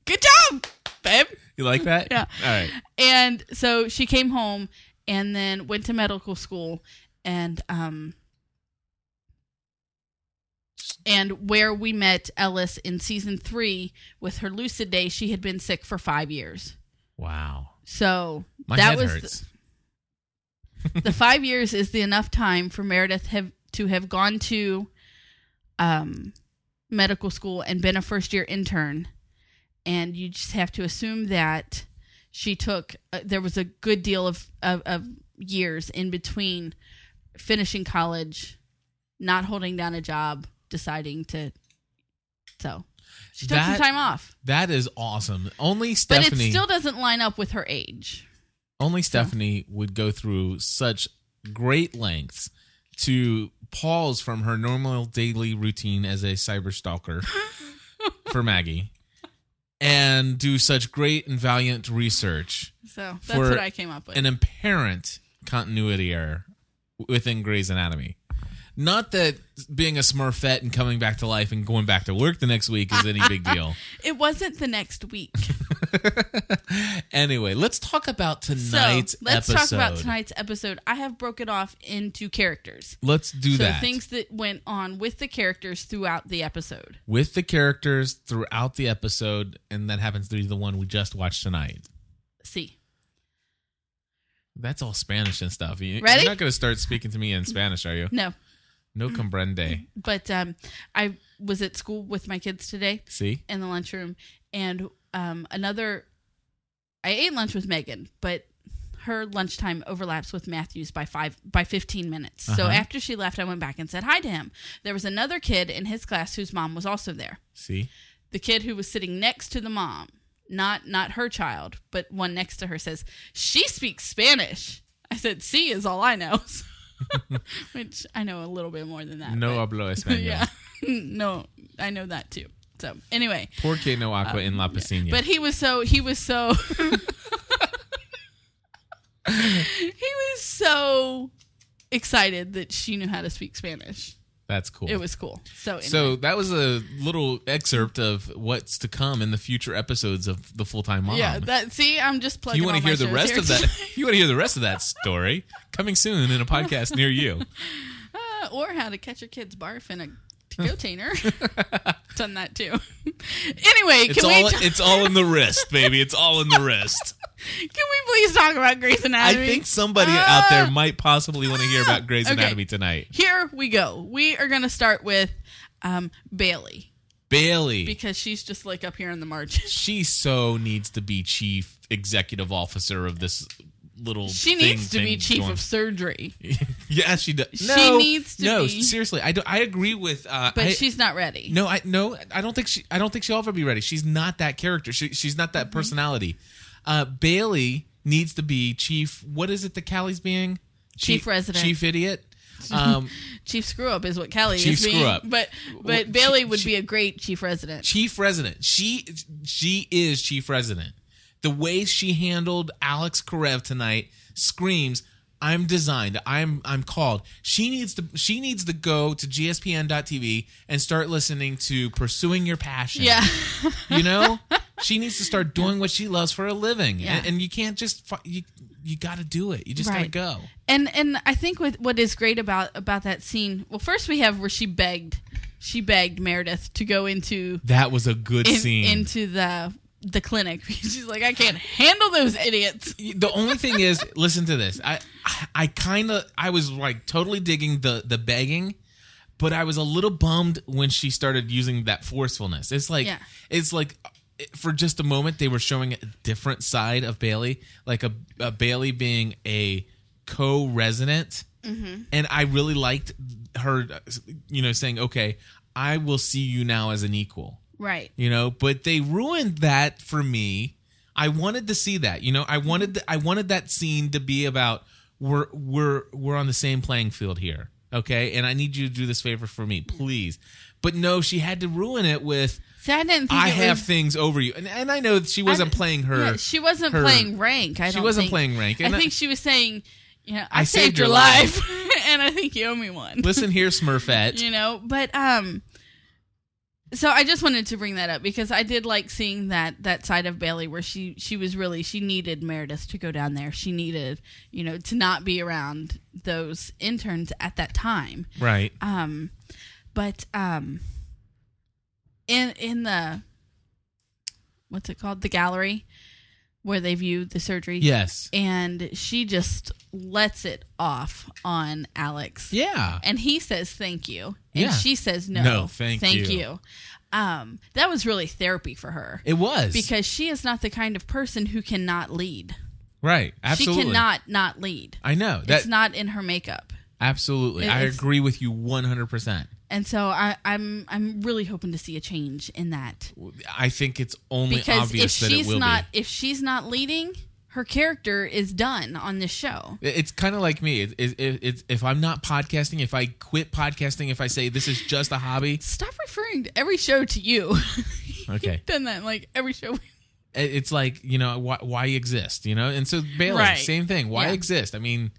[SPEAKER 1] good job, babe.
[SPEAKER 3] You like that?
[SPEAKER 1] Yeah.
[SPEAKER 3] All right.
[SPEAKER 1] And so she came home and then went to medical school and um and where we met Ellis in season three with her lucid day, she had been sick for five years.
[SPEAKER 3] Wow.
[SPEAKER 1] So
[SPEAKER 3] My
[SPEAKER 1] that
[SPEAKER 3] head
[SPEAKER 1] was the-
[SPEAKER 3] hurts.
[SPEAKER 1] the five years is the enough time for Meredith have to have gone to um, medical school and been a first year intern, and you just have to assume that she took uh, there was a good deal of, of of years in between finishing college, not holding down a job, deciding to so she took
[SPEAKER 3] That-
[SPEAKER 1] some time off,
[SPEAKER 3] that is awesome. Only
[SPEAKER 1] but
[SPEAKER 3] Stephanie.
[SPEAKER 1] it still doesn't line up with her age.
[SPEAKER 3] Only Stephanie would go through such great lengths to pause from her normal daily routine as a cyber stalker for Maggie and do such great and valiant research
[SPEAKER 1] So that's
[SPEAKER 3] For
[SPEAKER 1] what I came up with.
[SPEAKER 3] an apparent continuity error within Grey's Anatomy. Not that being a Smurfette and coming back to life and going back to work the next week is any big deal.
[SPEAKER 1] it wasn't the next week. anyway,
[SPEAKER 3] Anyway, let's talk about
[SPEAKER 1] so
[SPEAKER 3] tonight's
[SPEAKER 1] let's
[SPEAKER 3] episode.
[SPEAKER 1] talk about tonight's episode. I have broken off into characters.
[SPEAKER 3] Let's do
[SPEAKER 1] so
[SPEAKER 3] that.
[SPEAKER 1] things that went on with the characters throughout the episode.
[SPEAKER 3] with the characters throughout the episode, and that happens to be the one we just watched tonight.
[SPEAKER 1] See,
[SPEAKER 3] That's all Spanish and stuff. You,
[SPEAKER 1] Ready?
[SPEAKER 3] You're not going to start speaking to me in Spanish, are you?
[SPEAKER 1] no,
[SPEAKER 3] No comprende.
[SPEAKER 1] but um, I was at school with my kids today
[SPEAKER 3] See?
[SPEAKER 1] in the lunchroom, and um, another. I ate lunch with Megan, but her lunchtime overlaps with Matthew's by five by fifteen minutes. So
[SPEAKER 3] Uh-huh.
[SPEAKER 1] after she left, I went back and said hi to him. There was another kid in his class whose mom was also there.
[SPEAKER 3] See?
[SPEAKER 1] The kid who was sitting next to the mom, not not her child, but one next to her, says she speaks Spanish. I said, "C is all I know," which I know a little bit more than that.
[SPEAKER 3] No hablo
[SPEAKER 1] but-
[SPEAKER 3] español.
[SPEAKER 1] yeah, no, I know that too. So anyway,
[SPEAKER 3] Porque no aqua en la piscina.
[SPEAKER 1] but he was so he was so he was so excited that she knew how to speak Spanish.
[SPEAKER 3] That's cool.
[SPEAKER 1] It was cool. So anyway,
[SPEAKER 3] so that was a little excerpt of what's to come in the future episodes of the full time mom.
[SPEAKER 1] yeah, that see, I'm just
[SPEAKER 3] if
[SPEAKER 1] plugging.
[SPEAKER 3] um, you want
[SPEAKER 1] all
[SPEAKER 3] to
[SPEAKER 1] my
[SPEAKER 3] hear the
[SPEAKER 1] shows
[SPEAKER 3] rest
[SPEAKER 1] here
[SPEAKER 3] of that?
[SPEAKER 1] today.
[SPEAKER 3] If you want to hear the rest of that story coming soon in a podcast near you.
[SPEAKER 1] Uh, or how to catch your kids barf in a container. Done that too. anyway,
[SPEAKER 3] It's
[SPEAKER 1] can we
[SPEAKER 3] all
[SPEAKER 1] ta-
[SPEAKER 3] it's all in the wrist, baby. It's all in the wrist.
[SPEAKER 1] can we please talk about Grey's
[SPEAKER 3] I
[SPEAKER 1] Anatomy?
[SPEAKER 3] think somebody
[SPEAKER 1] Ah.
[SPEAKER 3] out there might possibly want to hear about Grey's
[SPEAKER 1] Okay.
[SPEAKER 3] Anatomy tonight.
[SPEAKER 1] here we go. We are going to start with um, Bailey
[SPEAKER 3] Bailey.
[SPEAKER 1] because she's just like up here in the margin.
[SPEAKER 3] she so needs to be chief executive officer of this little
[SPEAKER 1] She
[SPEAKER 3] thing-
[SPEAKER 1] needs to be
[SPEAKER 3] thing
[SPEAKER 1] chief
[SPEAKER 3] going-
[SPEAKER 1] of surgery,
[SPEAKER 3] yeah she does
[SPEAKER 1] She
[SPEAKER 3] no,
[SPEAKER 1] needs to
[SPEAKER 3] no
[SPEAKER 1] be.
[SPEAKER 3] seriously i do i agree with uh
[SPEAKER 1] but
[SPEAKER 3] I-
[SPEAKER 1] she's not ready.
[SPEAKER 3] no i no i don't think she i don't think she'll ever be ready she's not that character she, she's not that
[SPEAKER 1] Mm-hmm.
[SPEAKER 3] personality uh bailey needs to be chief what is it that callie's being
[SPEAKER 1] Chief
[SPEAKER 3] Chi-
[SPEAKER 1] resident.
[SPEAKER 3] chief idiot um
[SPEAKER 1] Chief screw up is what Kelly
[SPEAKER 3] Chief
[SPEAKER 1] is being.
[SPEAKER 3] screw-up.
[SPEAKER 1] But but
[SPEAKER 3] Well,
[SPEAKER 1] Bailey
[SPEAKER 3] she-
[SPEAKER 1] would
[SPEAKER 3] she-
[SPEAKER 1] be a great chief resident.
[SPEAKER 3] chief resident. She she is chief resident. The way she handled Alex Karev tonight screams, "I'm designed. I'm I'm called." She needs to she needs to go to gspn.tv and start listening to Pursuing Your Passion.
[SPEAKER 1] yeah,
[SPEAKER 3] You know? she needs to start doing what she loves for a living.
[SPEAKER 1] Yeah.
[SPEAKER 3] And, and you can't just fu- you you got to do it. You just
[SPEAKER 1] Right.
[SPEAKER 3] got to go.
[SPEAKER 1] and and I think with what is great about about that scene. Well, first we have where she begged, she begged Meredith to go into
[SPEAKER 3] That was a good
[SPEAKER 1] in-
[SPEAKER 3] scene.
[SPEAKER 1] into the the clinic. She's like, I can't handle those idiots.
[SPEAKER 3] the only thing is, listen to this. I I, I kind of I was like totally digging the the begging, but I was a little bummed when she started using that forcefulness. It's like
[SPEAKER 1] Yeah.
[SPEAKER 3] it's like for just a moment they were showing a different side of Bailey, like a, a Bailey being a co-resident, and I really liked her, you know, saying, "Okay, I will see you now as an equal."
[SPEAKER 1] Right.
[SPEAKER 3] you know but they ruined that for me i wanted to see that you know i wanted i wanted that scene to be about we're we're we're on the same playing field here okay and i need you to do this favor for me please but no she had to ruin it with
[SPEAKER 1] See, I didn't. Think
[SPEAKER 3] i
[SPEAKER 1] it
[SPEAKER 3] have
[SPEAKER 1] was,
[SPEAKER 3] things over you and, and i know that she wasn't
[SPEAKER 1] I-
[SPEAKER 3] playing her
[SPEAKER 1] Yeah, she wasn't
[SPEAKER 3] her-
[SPEAKER 1] playing rank. I
[SPEAKER 3] she
[SPEAKER 1] don't
[SPEAKER 3] wasn't
[SPEAKER 1] think.
[SPEAKER 3] playing rank
[SPEAKER 1] I
[SPEAKER 3] and I-
[SPEAKER 1] think she was saying, you know, I,
[SPEAKER 3] I
[SPEAKER 1] saved,
[SPEAKER 3] saved
[SPEAKER 1] your
[SPEAKER 3] your
[SPEAKER 1] life, and I think you owe me one.
[SPEAKER 3] listen here smurfette
[SPEAKER 1] you know, but um, so I just wanted to bring that up because I did like seeing that that side of Bailey where she she was really she needed Meredith to go down there. She needed you know to not be around those interns at that time.
[SPEAKER 3] right
[SPEAKER 1] Um, but um, in in the what's it called the gallery where they view the surgery.
[SPEAKER 3] yes
[SPEAKER 1] And she just lets it off on Alex.
[SPEAKER 3] yeah
[SPEAKER 1] And he says thank you. And
[SPEAKER 3] Yeah.
[SPEAKER 1] she says no.
[SPEAKER 3] No, thank
[SPEAKER 1] you.
[SPEAKER 3] you.
[SPEAKER 1] Um, that was really therapy for her
[SPEAKER 3] it was
[SPEAKER 1] because she is not the kind of person who cannot lead.
[SPEAKER 3] right absolutely
[SPEAKER 1] She cannot not lead.
[SPEAKER 3] i know that
[SPEAKER 1] it's not in her makeup.
[SPEAKER 3] absolutely i
[SPEAKER 1] It's-
[SPEAKER 3] agree with you 100%
[SPEAKER 1] And so I, I'm I'm really hoping to see a change in that
[SPEAKER 3] I think it's only
[SPEAKER 1] because if
[SPEAKER 3] obvious that it
[SPEAKER 1] she's
[SPEAKER 3] will
[SPEAKER 1] not
[SPEAKER 3] be.
[SPEAKER 1] if she's not leading, her character is done on this show.
[SPEAKER 3] It- It's kind of like me. It, it, it, it's- if I'm not podcasting, if I quit podcasting, if I say this is just a hobby,
[SPEAKER 1] Stop referring to every show to you.
[SPEAKER 3] okay,
[SPEAKER 1] Done that in, like every show.
[SPEAKER 3] It- it's like you know why, why exist, you know. And so Bailey,
[SPEAKER 1] Right.
[SPEAKER 3] same thing. Why
[SPEAKER 1] Yeah.
[SPEAKER 3] exist? I mean,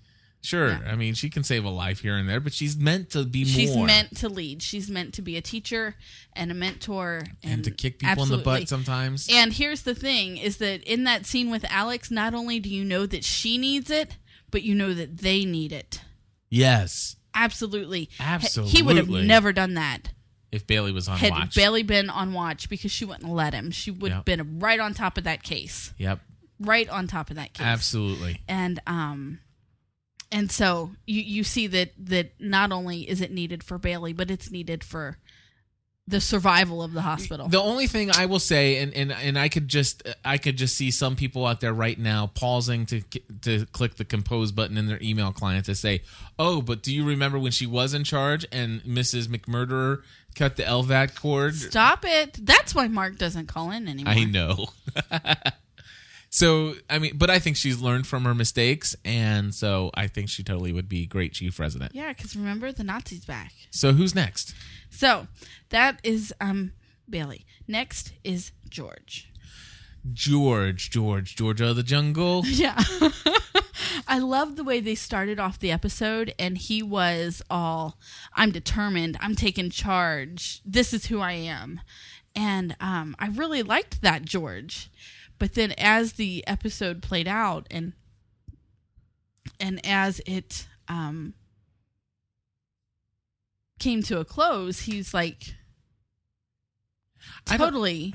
[SPEAKER 3] sure.
[SPEAKER 1] Yeah.
[SPEAKER 3] I mean, she can save a life here and there, but she's meant to be
[SPEAKER 1] She's
[SPEAKER 3] more
[SPEAKER 1] meant to lead. She's meant to be a teacher and a mentor and,
[SPEAKER 3] and, to kick people in the
[SPEAKER 1] absolutely.
[SPEAKER 3] butt sometimes.
[SPEAKER 1] And here's the thing is that in that scene with Alex, not only do you know that she needs it, but you know that they need it.
[SPEAKER 3] yes,
[SPEAKER 1] Absolutely. He- He would have
[SPEAKER 3] Absolutely.
[SPEAKER 1] never done that
[SPEAKER 3] if Bailey was on
[SPEAKER 1] had
[SPEAKER 3] watch,
[SPEAKER 1] Bailey been on watch because she wouldn't let him. She would have
[SPEAKER 3] Yep.
[SPEAKER 1] been right on top of that case.
[SPEAKER 3] yep,
[SPEAKER 1] Right on top of that case.
[SPEAKER 3] absolutely,
[SPEAKER 1] And um and so you you see that that not only is it needed for Bailey, but it's needed for the survival of the hospital.
[SPEAKER 3] The only thing I will say, and, and and I could just I could just see some people out there right now pausing to to click the compose button in their email client to say, "Oh, but do you remember when she was in charge and Mrs. McMurderer cut the LVAT cord?"
[SPEAKER 1] Stop it. That's why Mark doesn't call in anymore.
[SPEAKER 3] I know. so I mean, but I think she's learned from her mistakes, and so I think she totally would be great chief resident.
[SPEAKER 1] Yeah, because remember the Nazis back.
[SPEAKER 3] So who's next?
[SPEAKER 1] So that is um Bailey. Next is George.
[SPEAKER 3] George, George, Georgia of the Jungle.
[SPEAKER 1] Yeah. I love the way they started off the episode and he was all I'm determined, I'm taking charge. This is who I am. And um I really liked that George. But then as the episode played out and and as it um came to a close, he's like
[SPEAKER 3] I don't-
[SPEAKER 1] totally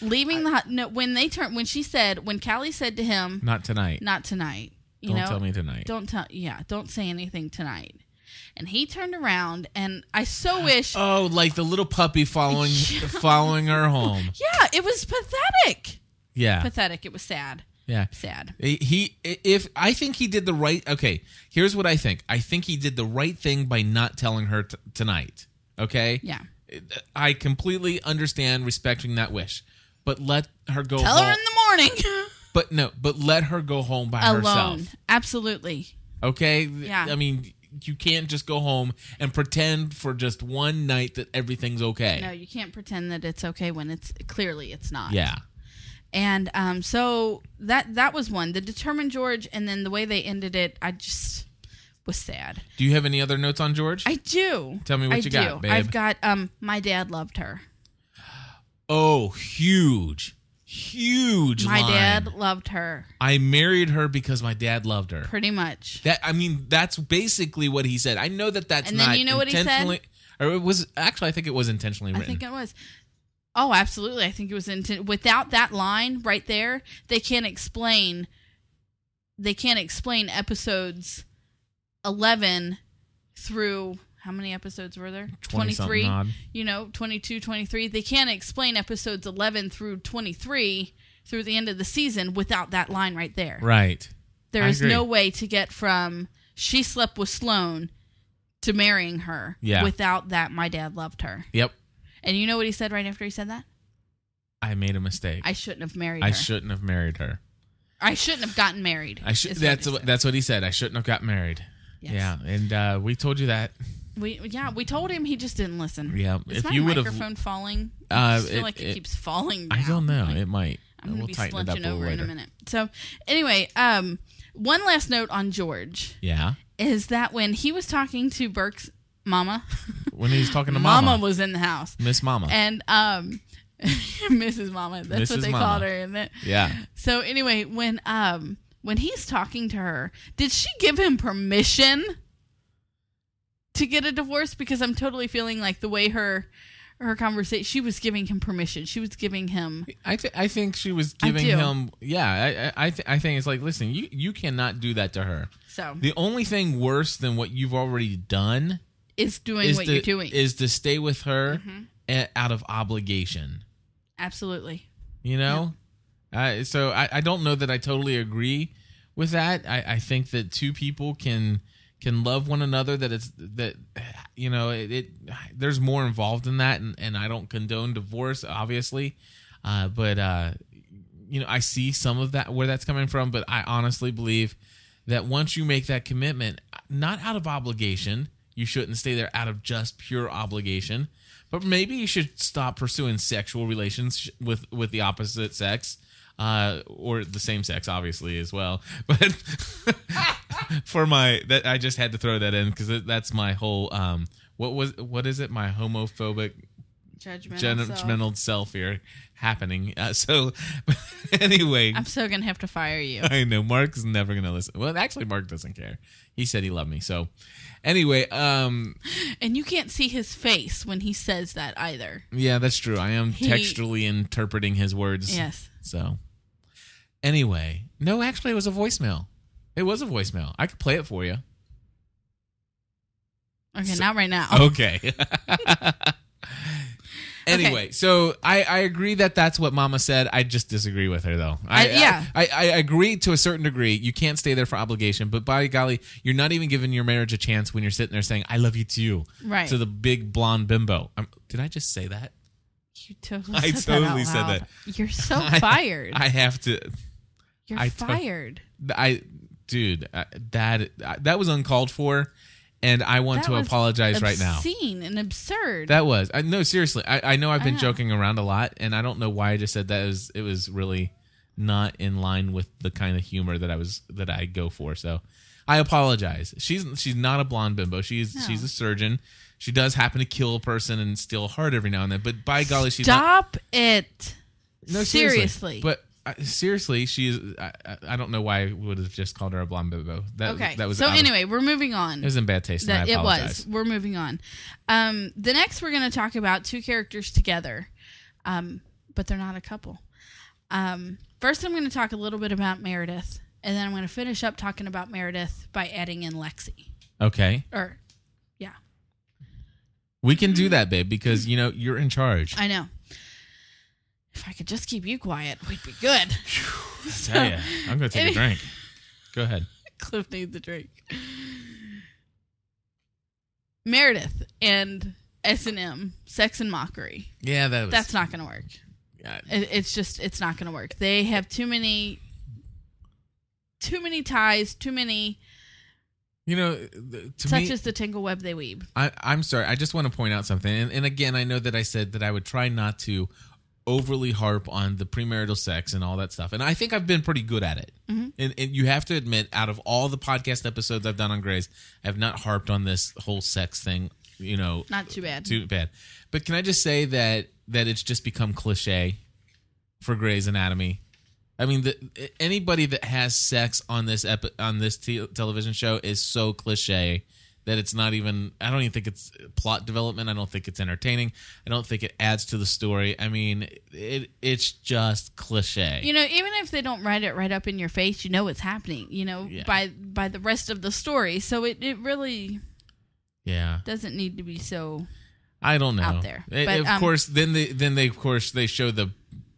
[SPEAKER 1] leaving the the no when they turn when she said when Callie said to him
[SPEAKER 3] Not tonight.
[SPEAKER 1] not tonight you
[SPEAKER 3] don't
[SPEAKER 1] know
[SPEAKER 3] tell me tonight.
[SPEAKER 1] don't tell yeah don't say anything tonight and he turned around and I so wish
[SPEAKER 3] Oh, like the little puppy following following her home.
[SPEAKER 1] yeah it was pathetic
[SPEAKER 3] Yeah,
[SPEAKER 1] pathetic it was sad
[SPEAKER 3] yeah.
[SPEAKER 1] sad
[SPEAKER 3] He if I think he did the right. Okay, here's what I think. I think he did the right thing by not telling her t- tonight. Okay.
[SPEAKER 1] yeah
[SPEAKER 3] I completely understand respecting that wish, but let her go.
[SPEAKER 1] tell
[SPEAKER 3] home.
[SPEAKER 1] her in the morning
[SPEAKER 3] But no, but let her go home by
[SPEAKER 1] alone
[SPEAKER 3] herself.
[SPEAKER 1] absolutely
[SPEAKER 3] Okay.
[SPEAKER 1] Yeah.
[SPEAKER 3] I mean, you can't just go home and pretend for just one night that everything's okay.
[SPEAKER 1] no you can't pretend that it's okay when it's clearly it's not
[SPEAKER 3] yeah.
[SPEAKER 1] and um, so that that was one the determined George and then the way they ended it I just was sad
[SPEAKER 3] Do you have any other notes on George?
[SPEAKER 1] I do.
[SPEAKER 3] Tell me what
[SPEAKER 1] I
[SPEAKER 3] you got,
[SPEAKER 1] do.
[SPEAKER 3] babe.
[SPEAKER 1] I've got um my dad loved her.
[SPEAKER 3] Oh, huge, huge.
[SPEAKER 1] My
[SPEAKER 3] line.
[SPEAKER 1] dad loved her
[SPEAKER 3] I married her because my dad loved her.
[SPEAKER 1] pretty much.
[SPEAKER 3] That I mean, that's basically what he said. I know that that's
[SPEAKER 1] And then
[SPEAKER 3] not
[SPEAKER 1] you know what he said?
[SPEAKER 3] intentionally. Or it was actually, I think it was intentionally
[SPEAKER 1] I
[SPEAKER 3] written.
[SPEAKER 1] think it was. Oh, absolutely. I think it was intent without that line right there, they can't explain they can't explain episodes 11 through how many episodes were there?
[SPEAKER 3] 20-something odd.
[SPEAKER 1] You know, 22, 23. They can't explain episodes 11 through 23 through the end of the season without that line right there.
[SPEAKER 3] right.
[SPEAKER 1] There
[SPEAKER 3] I
[SPEAKER 1] is no
[SPEAKER 3] agree.
[SPEAKER 1] way to get from she slept with Sloan to marrying her
[SPEAKER 3] Yeah.
[SPEAKER 1] without that my dad loved her.
[SPEAKER 3] Yep.
[SPEAKER 1] And you know what he said right after he said that?
[SPEAKER 3] I made a mistake.
[SPEAKER 1] I shouldn't have married
[SPEAKER 3] I
[SPEAKER 1] her.
[SPEAKER 3] shouldn't have married her.
[SPEAKER 1] I shouldn't have gotten married.
[SPEAKER 3] I should.
[SPEAKER 1] is what
[SPEAKER 3] That's
[SPEAKER 1] he
[SPEAKER 3] what
[SPEAKER 1] said.
[SPEAKER 3] that's what he said. I shouldn't have got married.
[SPEAKER 1] Yes.
[SPEAKER 3] Yeah, and uh, we told you that.
[SPEAKER 1] We yeah, we told him he just didn't listen.
[SPEAKER 3] Yeah,
[SPEAKER 1] Is
[SPEAKER 3] if
[SPEAKER 1] my
[SPEAKER 3] you would've-
[SPEAKER 1] microphone falling?
[SPEAKER 3] Uh,
[SPEAKER 1] I just feel
[SPEAKER 3] it-
[SPEAKER 1] like it,
[SPEAKER 3] it-
[SPEAKER 1] keeps falling.
[SPEAKER 3] I don't know.
[SPEAKER 1] down. Like,
[SPEAKER 3] it might.
[SPEAKER 1] I'm gonna
[SPEAKER 3] we'll
[SPEAKER 1] be
[SPEAKER 3] tighten it up a
[SPEAKER 1] slunching
[SPEAKER 3] little
[SPEAKER 1] over in a
[SPEAKER 3] later.
[SPEAKER 1] minute. So anyway, um, one last note on George
[SPEAKER 3] Yeah.
[SPEAKER 1] is that when he was talking to Burke's mama,
[SPEAKER 3] When he was talking to
[SPEAKER 1] mama,
[SPEAKER 3] Mama,
[SPEAKER 1] was in the house,
[SPEAKER 3] Miss Mama.
[SPEAKER 1] and um, Mrs. Mama. That's what
[SPEAKER 3] Mrs.
[SPEAKER 1] they
[SPEAKER 3] Mama.
[SPEAKER 1] called her, isn't it?
[SPEAKER 3] yeah.
[SPEAKER 1] So anyway, when um when he's talking to her, did she give him permission to get a divorce? Because I'm totally feeling like the way her her conversation, she was giving him permission. She was giving him
[SPEAKER 3] I th- I think she was
[SPEAKER 1] I
[SPEAKER 3] giving
[SPEAKER 1] do.
[SPEAKER 3] him. Yeah, I I I, th- I think it's like, listen, you you cannot do that to her.
[SPEAKER 1] so
[SPEAKER 3] The only thing worse than what you've already done
[SPEAKER 1] is doing
[SPEAKER 3] is
[SPEAKER 1] what
[SPEAKER 3] to,
[SPEAKER 1] you're doing. Mm-hmm.
[SPEAKER 3] is to stay with her a- out of obligation.
[SPEAKER 1] Absolutely.
[SPEAKER 3] You know, uh, so I I don't know that I totally agree with that. I I think that two people can can love one another that it's that you know it, it there's more involved in that and, and i don't condone divorce obviously uh, but uh, you know, I see some of that where that's coming from, but I honestly believe that once you make that commitment, not out of obligation, you shouldn't stay there out of just pure obligation, but maybe you should stop pursuing sexual relations with with the opposite sex. Uh, or the same sex, obviously, as well. But for my that, I just had to throw that in because that's my whole um. What was what is it? My homophobic
[SPEAKER 1] Judgmental. self.
[SPEAKER 3] judgmental self here happening. Uh, so, anyway,
[SPEAKER 1] I'm so gonna have to fire you.
[SPEAKER 3] I know Mark's never gonna listen. Well, actually, Mark doesn't care. He said he loved me. So, anyway, um,
[SPEAKER 1] And you can't see his face when he says that either.
[SPEAKER 3] yeah, that's true. I am
[SPEAKER 1] He-
[SPEAKER 3] textually interpreting his words.
[SPEAKER 1] Yes.
[SPEAKER 3] So, anyway, no, actually, it was a voicemail. It was a voicemail. I could play it for you. Oh,
[SPEAKER 1] Okay, not right now.
[SPEAKER 3] Okay. Anyway, so I, I agree that that's what Mama said. I just disagree with her though. I,
[SPEAKER 1] I- yeah.
[SPEAKER 3] I, I, I agree to a certain degree. You can't stay there for obligation, but by golly, you're not even giving your marriage a chance when you're sitting there saying "I love you too"
[SPEAKER 1] Right.
[SPEAKER 3] to the big blonde bimbo. i did I just say that?
[SPEAKER 1] You totally
[SPEAKER 3] I
[SPEAKER 1] said
[SPEAKER 3] totally
[SPEAKER 1] that out
[SPEAKER 3] said
[SPEAKER 1] loud. You're so
[SPEAKER 3] I-
[SPEAKER 1] fired.
[SPEAKER 3] I have to.
[SPEAKER 1] You're
[SPEAKER 3] I to-
[SPEAKER 1] fired.
[SPEAKER 3] I dude, I, that I- that was uncalled for, and I want
[SPEAKER 1] That
[SPEAKER 3] to
[SPEAKER 1] was
[SPEAKER 3] apologize right now.
[SPEAKER 1] Obscene and absurd.
[SPEAKER 3] That was I, no seriously. I, I know I've been
[SPEAKER 1] know.
[SPEAKER 3] joking around a lot, and I don't know why I just said that. It was it was really not in line with the kind of humor that I was that I go for. So I apologize. She's she's not a blonde bimbo. She's she's a surgeon. She does happen to kill a person and steal a heart every now and then. But by golly, she's
[SPEAKER 1] Stop
[SPEAKER 3] not
[SPEAKER 1] it.
[SPEAKER 3] no,
[SPEAKER 1] seriously.
[SPEAKER 3] But I, seriously, she is. I, I- I don't know why I would have just called her a blonde bimbo. That,
[SPEAKER 1] okay.
[SPEAKER 3] That was
[SPEAKER 1] so
[SPEAKER 3] out of-
[SPEAKER 1] anyway, we're moving on.
[SPEAKER 3] it was in bad taste.
[SPEAKER 1] that
[SPEAKER 3] and I
[SPEAKER 1] it
[SPEAKER 3] apologize.
[SPEAKER 1] was. We're moving on. Um, the next we're going to talk about two characters together, um, but they're not a couple. Um, first, I'm going to talk a little bit about Meredith, and then I'm going to finish up talking about Meredith by adding in Lexi.
[SPEAKER 3] Okay,
[SPEAKER 1] Or, yeah,
[SPEAKER 3] we can do that, babe, because you know you're in charge.
[SPEAKER 1] I know. If I could just keep you quiet, we'd be good.
[SPEAKER 3] Tell ya, I'm gonna take a drink. Go ahead.
[SPEAKER 1] Cliff needs the drink. Meredith and S and M, Sex and Mockery.
[SPEAKER 3] Yeah, that was.
[SPEAKER 1] That's not going to work.
[SPEAKER 3] Yeah.
[SPEAKER 1] It, it's just it's not going to work. They have too many too many ties, too many
[SPEAKER 3] you know, th- to me,
[SPEAKER 1] touches the tingle web they weave.
[SPEAKER 3] I, I'm sorry. I just want to point out something. And, and again, I know that I said that I would try not to overly harp on the premarital sex and all that stuff. And I think I've been pretty good at it. And, and you have to admit, out of all the podcast episodes I've done on Grays, I have not harped on this whole sex thing. You know,
[SPEAKER 1] Not too bad.
[SPEAKER 3] too bad. But can I just say that that it's just become cliche for Grey's Anatomy? I mean, the, anybody that has sex on this epi- on this te- television show is so cliche that it's not even. I don't even think it's plot development. I don't think it's entertaining. I don't think it adds to the story. I mean, it it's just cliche.
[SPEAKER 1] you know, even if they don't write it right up in your face, you know it's happening, you know,
[SPEAKER 3] Yeah.
[SPEAKER 1] by by the rest of the story. So it, it really
[SPEAKER 3] yeah.
[SPEAKER 1] doesn't need to be so
[SPEAKER 3] I don't know.
[SPEAKER 1] out there.
[SPEAKER 3] I-
[SPEAKER 1] But,
[SPEAKER 3] of
[SPEAKER 1] um,
[SPEAKER 3] course, then they then they of course they show the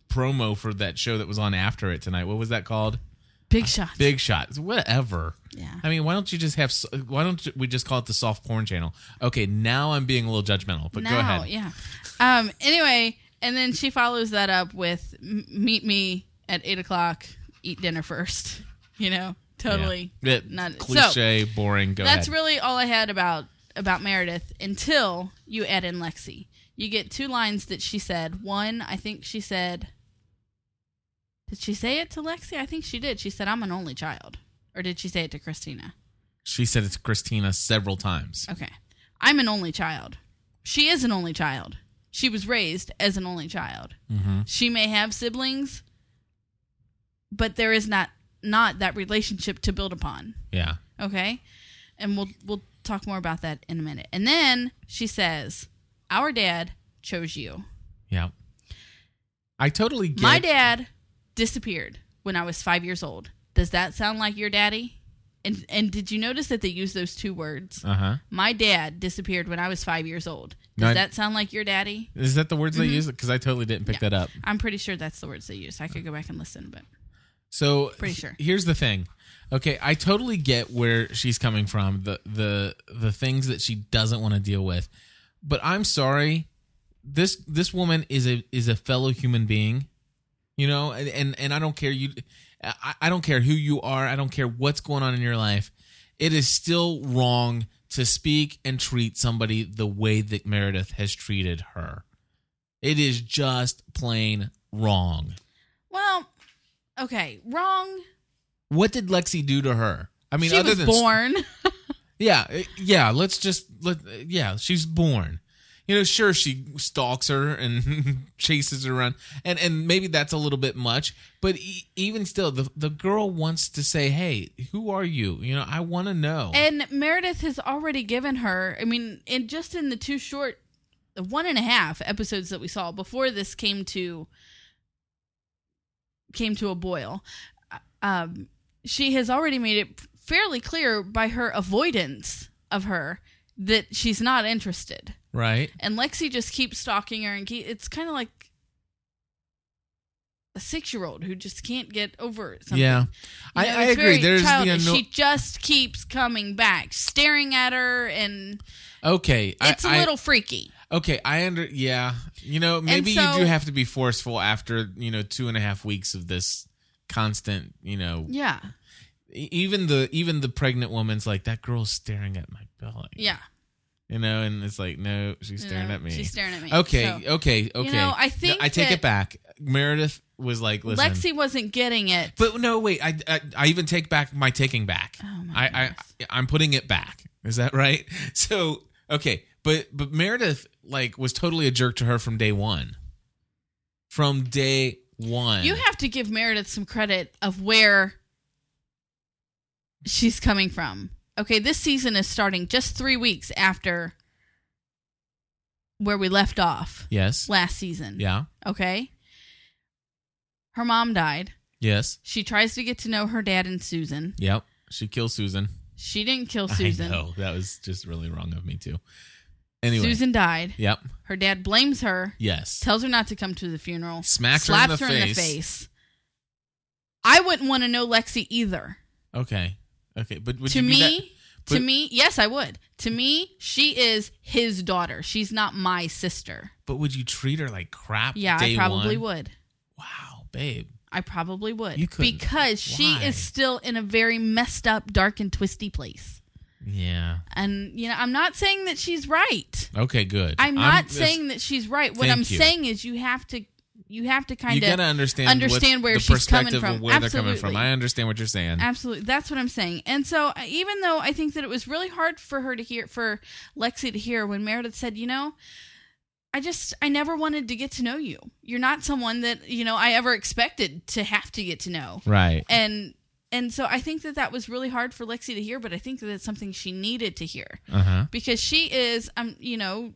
[SPEAKER 3] promo for that show that was on after it tonight. What was that called?
[SPEAKER 1] big shots.
[SPEAKER 3] Big shots. Whatever.
[SPEAKER 1] Yeah.
[SPEAKER 3] I mean, why don't you just have? s- Why don't you- we just call it the soft porn channel? Okay, now I'm being a little judgmental, but
[SPEAKER 1] now,
[SPEAKER 3] go ahead.
[SPEAKER 1] yeah. Um anyway, and then she follows that up with "M- meet me at eight o'clock, eat dinner first. You know? Totally
[SPEAKER 3] Yeah. It-
[SPEAKER 1] not so,
[SPEAKER 3] cliche, boring. Go
[SPEAKER 1] That's
[SPEAKER 3] ahead.
[SPEAKER 1] really all I had about about Meredith until you add in Lexi. You get two lines that she said. One, I think she said Did she say it to Lexi? I think she did. She said I'm an only child. Or did she say it to Christina?
[SPEAKER 3] she said it's Christina several times.
[SPEAKER 1] Okay. I'm an only child. She is an only child. She was raised as an only child.
[SPEAKER 3] Mm-hmm.
[SPEAKER 1] She may have siblings, but there is not not that relationship to build upon.
[SPEAKER 3] Yeah,
[SPEAKER 1] Okay? And we'll we'll talk more about that in a minute. And then she says, "Our dad chose you.
[SPEAKER 3] yeah. I totally get.
[SPEAKER 1] My dad disappeared when I was 5 years old. Does that sound like your daddy?" And and did you notice that they use those two words?
[SPEAKER 3] Uh huh.
[SPEAKER 1] My dad disappeared when I was five years old. Does
[SPEAKER 3] Nine-
[SPEAKER 1] that sound like your daddy?
[SPEAKER 3] Is that the words they use? Because I totally didn't pick
[SPEAKER 1] Mm-hmm. Yeah.
[SPEAKER 3] that up.
[SPEAKER 1] I'm pretty sure that's the words they used. I could go back and listen, but
[SPEAKER 3] So
[SPEAKER 1] Pretty
[SPEAKER 3] he-
[SPEAKER 1] sure.
[SPEAKER 3] Here's the thing. Okay, I totally get where she's coming from. The the the things that she doesn't want to deal with. But I'm sorry. This this woman is a is a fellow human being. You know, and and, and I don't care you I, I don't care who you are. I don't care what's going on in your life. It is still wrong to speak and treat somebody the way that Meredith has treated her. It is just plain wrong.
[SPEAKER 1] well, okay, wrong.
[SPEAKER 3] what did Lexi do to her? I mean,
[SPEAKER 1] she
[SPEAKER 3] other
[SPEAKER 1] was
[SPEAKER 3] than
[SPEAKER 1] born.
[SPEAKER 3] yeah, uh, yeah. Let's just let uh, yeah. She's born. You know, sure she stalks her and chases her around, and and maybe that's a little bit much. But e- even still, the the girl wants to say, "Hey, who are you? You know, I want to know."
[SPEAKER 1] and Meredith has already given her. I mean, in just in the two short, the one and a half episodes that we saw before this came to came to a boil, um, she has already made it fairly clear by her avoidance of her that she's not interested.
[SPEAKER 3] Right.
[SPEAKER 1] and Lexi just keeps stalking her, and keep, it's kind of like a six-year-old who just can't get over something.
[SPEAKER 3] Yeah.
[SPEAKER 1] You
[SPEAKER 3] I,
[SPEAKER 1] know,
[SPEAKER 3] I
[SPEAKER 1] it's
[SPEAKER 3] agree.
[SPEAKER 1] very
[SPEAKER 3] There's
[SPEAKER 1] childish.
[SPEAKER 3] the
[SPEAKER 1] she
[SPEAKER 3] anno-
[SPEAKER 1] just keeps coming back, staring at her, and
[SPEAKER 3] Okay.
[SPEAKER 1] it's a
[SPEAKER 3] I,
[SPEAKER 1] little freaky.
[SPEAKER 3] I, okay. I under. Yeah. You know, maybe
[SPEAKER 1] so-
[SPEAKER 3] you do have to be forceful after you know two and a half weeks of this constant. You know,
[SPEAKER 1] Yeah,
[SPEAKER 3] e- even the even the pregnant woman's like that girl's staring at my belly.
[SPEAKER 1] yeah.
[SPEAKER 3] You know, and it's like no, she's
[SPEAKER 1] You
[SPEAKER 3] staring
[SPEAKER 1] know,
[SPEAKER 3] at me.
[SPEAKER 1] She's staring at me.
[SPEAKER 3] okay.
[SPEAKER 1] So,
[SPEAKER 3] okay. Okay.
[SPEAKER 1] know, I
[SPEAKER 3] No,
[SPEAKER 1] think
[SPEAKER 3] I take
[SPEAKER 1] that-
[SPEAKER 3] it back. Meredith was like, listen.
[SPEAKER 1] Lexi wasn't getting it.
[SPEAKER 3] But no, wait. I, I I even take back my taking back.
[SPEAKER 1] Oh my
[SPEAKER 3] I, I I'm putting it back. Is that right? So okay, but but Meredith like was totally a jerk to her from day one. From day one,
[SPEAKER 1] you have to give Meredith some credit of where she's coming from. Okay, this season is starting just three weeks after where we left off
[SPEAKER 3] yes,
[SPEAKER 1] last season.
[SPEAKER 3] yeah,
[SPEAKER 1] Okay. Her mom died.
[SPEAKER 3] yes,
[SPEAKER 1] She tries to get to know her dad and Susan.
[SPEAKER 3] yep. She kills Susan.
[SPEAKER 1] She didn't kill Susan.
[SPEAKER 3] I know that was just really wrong of me too. Anyway,
[SPEAKER 1] Susan died.
[SPEAKER 3] yep,
[SPEAKER 1] Her dad blames her,
[SPEAKER 3] yes.
[SPEAKER 1] tells her not to come to the funeral,
[SPEAKER 3] Smacks her in
[SPEAKER 1] slaps
[SPEAKER 3] the
[SPEAKER 1] her in the
[SPEAKER 3] face.
[SPEAKER 1] face. I wouldn't want to know Lexi either.
[SPEAKER 3] okay, okay, but would
[SPEAKER 1] to
[SPEAKER 3] you be
[SPEAKER 1] me,
[SPEAKER 3] that-
[SPEAKER 1] to
[SPEAKER 3] but-
[SPEAKER 1] me, yes, I would. To me, she is his daughter. She's not my sister.
[SPEAKER 3] but would you treat her like crap?
[SPEAKER 1] Yeah,
[SPEAKER 3] day
[SPEAKER 1] I probably
[SPEAKER 3] one?
[SPEAKER 1] would.
[SPEAKER 3] Wow, babe.
[SPEAKER 1] I probably would.
[SPEAKER 3] You couldn't.
[SPEAKER 1] because she
[SPEAKER 3] Why?
[SPEAKER 1] is still in a very messed up, dark and twisty place.
[SPEAKER 3] Yeah.
[SPEAKER 1] And you know, I'm not saying that she's right.
[SPEAKER 3] Okay, good.
[SPEAKER 1] I'm not
[SPEAKER 3] just-
[SPEAKER 1] saying that she's right. What
[SPEAKER 3] Thank
[SPEAKER 1] I'm
[SPEAKER 3] you.
[SPEAKER 1] saying is you have to you have to
[SPEAKER 3] you
[SPEAKER 1] kind
[SPEAKER 3] gotta
[SPEAKER 1] of
[SPEAKER 3] understand
[SPEAKER 1] understand
[SPEAKER 3] what
[SPEAKER 1] where
[SPEAKER 3] the
[SPEAKER 1] she's coming
[SPEAKER 3] perspective
[SPEAKER 1] from.
[SPEAKER 3] of where they're coming from.
[SPEAKER 1] Absolutely.
[SPEAKER 3] I understand what you're saying.
[SPEAKER 1] Absolutely. That's what I'm saying. And so, I- even though I think that it was really hard for her to hear, for Lexi to hear when Meredith said, you know, I just, I never wanted to get to know you. You're not someone that, you know, I ever expected to have to get to know.
[SPEAKER 3] Right.
[SPEAKER 1] And, and so I think that that was really hard for Lexi to hear, but I think that it's something she needed to hear
[SPEAKER 3] Uh huh.
[SPEAKER 1] because she is, um, you know,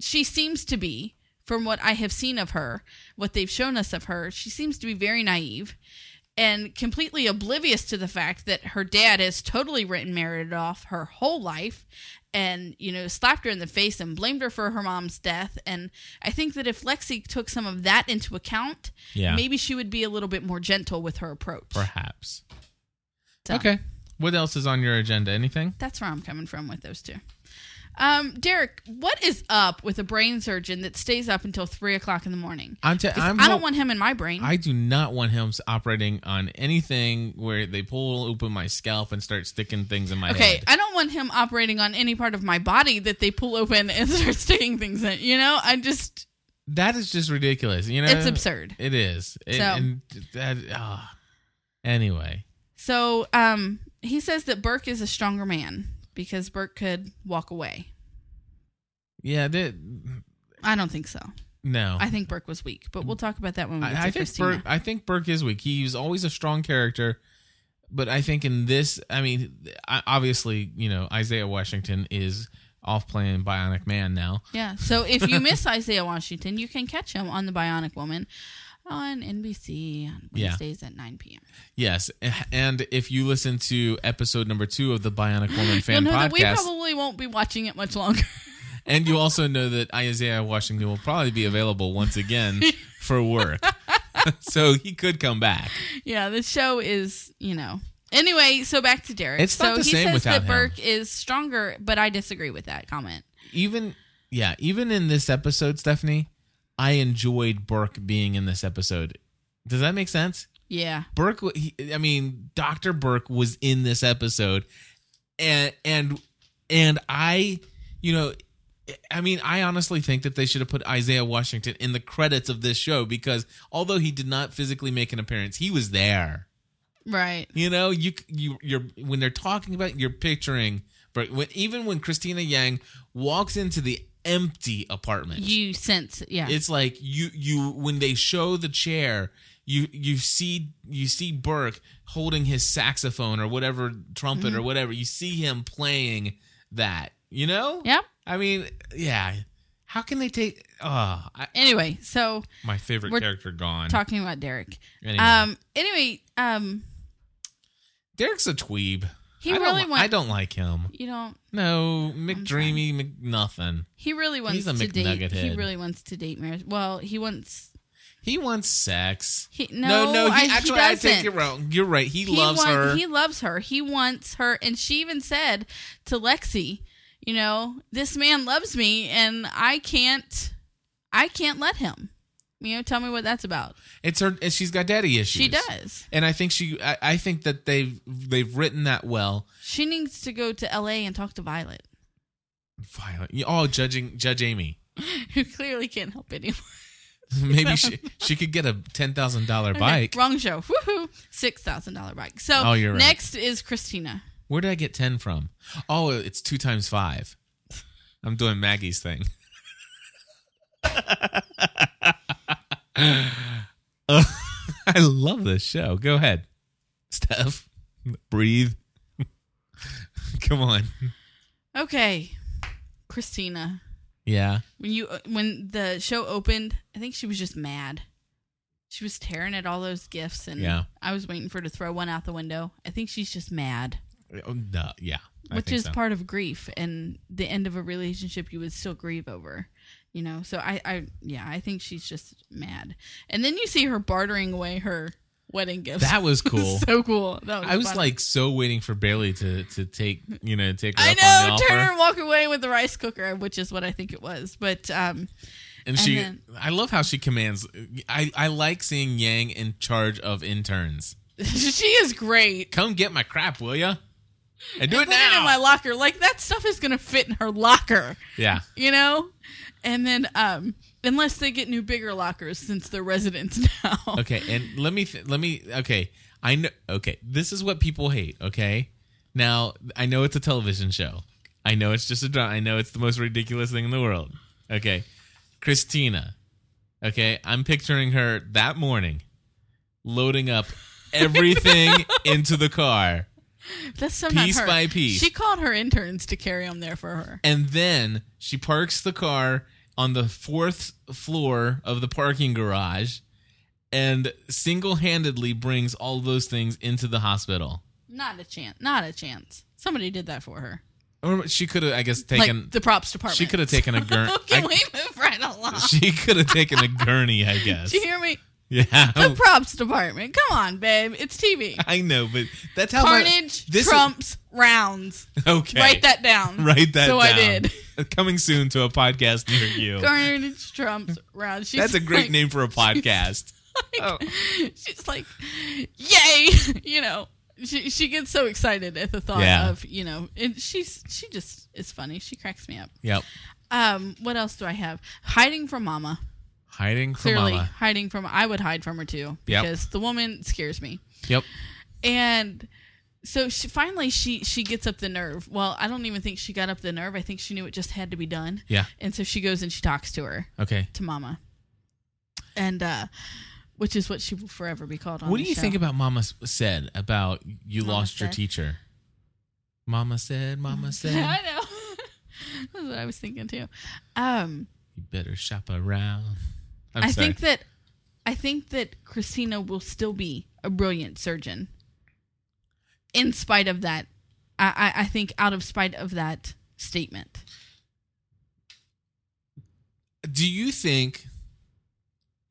[SPEAKER 1] she seems to be, from what I have seen of her, what they've shown us of her, she seems to be very naive and completely oblivious to the fact that her dad has totally written Meredith off her whole life and, you know, slapped her in the face and blamed her for her mom's death. And I think that if Lexi took some of that into account,
[SPEAKER 3] Yeah.
[SPEAKER 1] maybe she would be a little bit more gentle with her approach.
[SPEAKER 3] Perhaps.
[SPEAKER 1] So-
[SPEAKER 3] Okay. What else is on your agenda? Anything?
[SPEAKER 1] That's where I'm coming from with those two. Um, Derek, what is up with a brain surgeon that stays up until three o'clock in the morning?
[SPEAKER 3] I'm. T-
[SPEAKER 1] 'Cause
[SPEAKER 3] I'm.
[SPEAKER 1] I don't
[SPEAKER 3] ho-
[SPEAKER 1] want him in my brain.
[SPEAKER 3] I do not want him s- operating on anything where they pull open my scalp and start sticking things in my
[SPEAKER 1] okay,
[SPEAKER 3] head.
[SPEAKER 1] I don't want him operating on any part of my body that they pull open and start sticking things in. You know, I just
[SPEAKER 3] That is just ridiculous. You know,
[SPEAKER 1] it's absurd.
[SPEAKER 3] It is. It-
[SPEAKER 1] So-
[SPEAKER 3] and that. ah. Anyway.
[SPEAKER 1] So, um, he says that Burke is a stronger man because Burke could walk away.
[SPEAKER 3] Yeah. That.
[SPEAKER 1] I don't think so.
[SPEAKER 3] No.
[SPEAKER 1] I think Burke was weak, but we'll talk about that when we get
[SPEAKER 3] I,
[SPEAKER 1] to
[SPEAKER 3] I think
[SPEAKER 1] Christina.
[SPEAKER 3] Burke, I think Burke is weak. He was always a strong character, but I think in this, I mean, I, obviously, you know, Isaiah Washington is off playing Bionic Man now.
[SPEAKER 1] Yeah. So if you miss Isaiah Washington, you can catch him on The Bionic Woman on NBC on
[SPEAKER 3] Yeah.
[SPEAKER 1] Wednesdays at 9 p.m.
[SPEAKER 3] Yes, eh, and if you listen to episode number two of the Bionic Woman fan
[SPEAKER 1] You'll know that we
[SPEAKER 3] podcast,
[SPEAKER 1] probably won't be watching it much longer.
[SPEAKER 3] and you also know that Isaiah Washington will probably be available once again for work, so he could come back.
[SPEAKER 1] yeah, the show is, you know. Anyway, so back to Derek.
[SPEAKER 3] It's
[SPEAKER 1] so
[SPEAKER 3] not the
[SPEAKER 1] he
[SPEAKER 3] same
[SPEAKER 1] says
[SPEAKER 3] without
[SPEAKER 1] that
[SPEAKER 3] him.
[SPEAKER 1] Burke is stronger, but I disagree with that comment.
[SPEAKER 3] even yeah, even in this episode, Stephanie, I enjoyed Burke being in this episode. Does that make sense?
[SPEAKER 1] Yeah.
[SPEAKER 3] Burke, wa- he, I mean, Doctor Burke was in this episode, and and and I, you know, I mean, I honestly think that they should have put Isaiah Washington in the credits of this show because although he did not physically make an appearance, he was there.
[SPEAKER 1] Right.
[SPEAKER 3] You know, you you you're when they're talking about it, you're picturing, but when, even when Christina Yang walks into the empty apartment,
[SPEAKER 1] You sense, yeah.
[SPEAKER 3] it's like you you when they show the chair, you you see you see Burke holding his saxophone or whatever trumpet
[SPEAKER 1] Mm-hmm.
[SPEAKER 3] or whatever. You see him playing that. You know?
[SPEAKER 1] Yep.
[SPEAKER 3] I mean, yeah. How can they take? Oh, I,
[SPEAKER 1] Anyway, so
[SPEAKER 3] my favorite
[SPEAKER 1] We're Um,
[SPEAKER 3] character gone.
[SPEAKER 1] talking about Derek.
[SPEAKER 3] anyway,
[SPEAKER 1] Um. Anyway, um,
[SPEAKER 3] Derek's a dweeb.
[SPEAKER 1] He
[SPEAKER 3] I don't
[SPEAKER 1] really
[SPEAKER 3] li-
[SPEAKER 1] wants.
[SPEAKER 3] I don't like him.
[SPEAKER 1] You don't.
[SPEAKER 3] No, McDreamy, McNuffin.
[SPEAKER 1] He really wants
[SPEAKER 3] a
[SPEAKER 1] to date.
[SPEAKER 3] McNugget
[SPEAKER 1] He
[SPEAKER 3] head.
[SPEAKER 1] really wants to date Mary. Well, he wants.
[SPEAKER 3] He wants sex.
[SPEAKER 1] He, no,
[SPEAKER 3] no,
[SPEAKER 1] I,
[SPEAKER 3] he, actually,
[SPEAKER 1] he
[SPEAKER 3] I
[SPEAKER 1] doesn't.
[SPEAKER 3] take it wrong. You're right. He, loves
[SPEAKER 1] want-
[SPEAKER 3] her.
[SPEAKER 1] He loves her. He wants her, and she even said to Lexi, "You know, this man loves me, and I can't, I can't let him." You know, tell me what that's about.
[SPEAKER 3] It's her. And she's got daddy issues.
[SPEAKER 1] She does.
[SPEAKER 3] And I think she. I, I think that they've they've written that well.
[SPEAKER 1] She needs to go to L.A. and talk to Violet,
[SPEAKER 3] Violent. Oh, judging Judge Amy.
[SPEAKER 1] who clearly can't help anyone.
[SPEAKER 3] Maybe she she could get a ten thousand dollar bike.
[SPEAKER 1] Okay, wrong show. Woohoo! Six thousand dollar bike. So
[SPEAKER 3] Oh, you're right.
[SPEAKER 1] next is Christina.
[SPEAKER 3] Where did I get ten from? Oh, it's two times five. I'm doing Maggie's thing. I love this show. Go ahead, Steph. Breathe. Come on.
[SPEAKER 1] Okay, Christina.
[SPEAKER 3] Yeah.
[SPEAKER 1] when you uh, when the show opened, I think she was just mad. She was tearing at all those gifts, and
[SPEAKER 3] Yeah.
[SPEAKER 1] I was waiting for her to throw one out the window. I think she's just mad,
[SPEAKER 3] Oh, No, yeah. I
[SPEAKER 1] which
[SPEAKER 3] think
[SPEAKER 1] is
[SPEAKER 3] so.
[SPEAKER 1] part of grief and the end of a relationship you would still grieve over. You know, so I, I, yeah, I think she's just mad. And then you see her bartering away her wedding gifts.
[SPEAKER 3] That was cool.
[SPEAKER 1] so cool. That was
[SPEAKER 3] I was
[SPEAKER 1] fun.
[SPEAKER 3] like so waiting for Bailey to to take you know take her
[SPEAKER 1] I
[SPEAKER 3] up on the
[SPEAKER 1] know,
[SPEAKER 3] offer,
[SPEAKER 1] turn and walk away with the rice cooker, which is what I think it was. But um,
[SPEAKER 3] and she.
[SPEAKER 1] and
[SPEAKER 3] I love how she commands. I I like seeing Yang in charge of interns.
[SPEAKER 1] she is great.
[SPEAKER 3] Come get my crap, will ya? And do it
[SPEAKER 1] put it in my
[SPEAKER 3] now.
[SPEAKER 1] locker. Like that stuff is gonna fit in her locker,
[SPEAKER 3] Yeah,
[SPEAKER 1] you know. And then, um, unless they get new bigger lockers since they're residents now.
[SPEAKER 3] Okay, and let me th- let me okay. I know okay, this is what people hate, okay? Now, I know it's a television show. I know it's just a drama. I know it's the most ridiculous thing in the world. Okay. Christina. Okay, I'm picturing her that morning loading up everything into the car
[SPEAKER 1] That's sometimes
[SPEAKER 3] Piece
[SPEAKER 1] her.
[SPEAKER 3] by piece.
[SPEAKER 1] She called her interns to carry them there for her.
[SPEAKER 3] and then she parks the car on the fourth floor of the parking garage and single-handedly brings all those things into the hospital.
[SPEAKER 1] Not a chance. Not a chance. Somebody did that for her.
[SPEAKER 3] Or she could have, I guess, taken.
[SPEAKER 1] like the props department.
[SPEAKER 3] she could have taken a gurney.
[SPEAKER 1] Can we move right along?
[SPEAKER 3] she could have taken a gurney, I guess.
[SPEAKER 1] Do you hear me? The
[SPEAKER 3] Yeah,
[SPEAKER 1] props department. Come on, babe. It's TV.
[SPEAKER 3] I know, but that's how my-
[SPEAKER 1] Carnage
[SPEAKER 3] this is-
[SPEAKER 1] trumps rounds.
[SPEAKER 3] okay,
[SPEAKER 1] Write that down.
[SPEAKER 3] Write that.
[SPEAKER 1] So I
[SPEAKER 3] down.
[SPEAKER 1] did.
[SPEAKER 3] Coming soon to a podcast near you.
[SPEAKER 1] Carnage trumps rounds. She's
[SPEAKER 3] that's a great
[SPEAKER 1] like-
[SPEAKER 3] name for a podcast.
[SPEAKER 1] she's like, "Yay!" You know, she she gets so excited at the thought
[SPEAKER 3] Yeah.
[SPEAKER 1] of you know, and she's she just is funny. She cracks me up.
[SPEAKER 3] Yep.
[SPEAKER 1] Um, what else do I have? Hiding from Mama.
[SPEAKER 3] Hiding from
[SPEAKER 1] Clearly,
[SPEAKER 3] mama.
[SPEAKER 1] hiding from. I would hide from her too
[SPEAKER 3] Yep.
[SPEAKER 1] because the woman scares me.
[SPEAKER 3] Yep.
[SPEAKER 1] And so she finally she she gets up the nerve. Well, I don't even think she got up the nerve. I think she knew it just had to be done.
[SPEAKER 3] Yeah.
[SPEAKER 1] And so she goes and she talks to her
[SPEAKER 3] Okay.
[SPEAKER 1] to Mama, and uh, which is what she will forever be called on.
[SPEAKER 3] What do
[SPEAKER 1] the
[SPEAKER 3] you
[SPEAKER 1] show.
[SPEAKER 3] think about Mama s- said about you
[SPEAKER 1] Mama
[SPEAKER 3] lost your
[SPEAKER 1] said.
[SPEAKER 3] teacher? Mama said, Mama
[SPEAKER 1] I
[SPEAKER 3] said,
[SPEAKER 1] know. That's what I was thinking too. Um,
[SPEAKER 3] you better shop around. I'm
[SPEAKER 1] I
[SPEAKER 3] sorry.
[SPEAKER 1] think that I think that Christina will still be a brilliant surgeon. In spite of that, I, I, I think out of spite of that statement,
[SPEAKER 3] do you think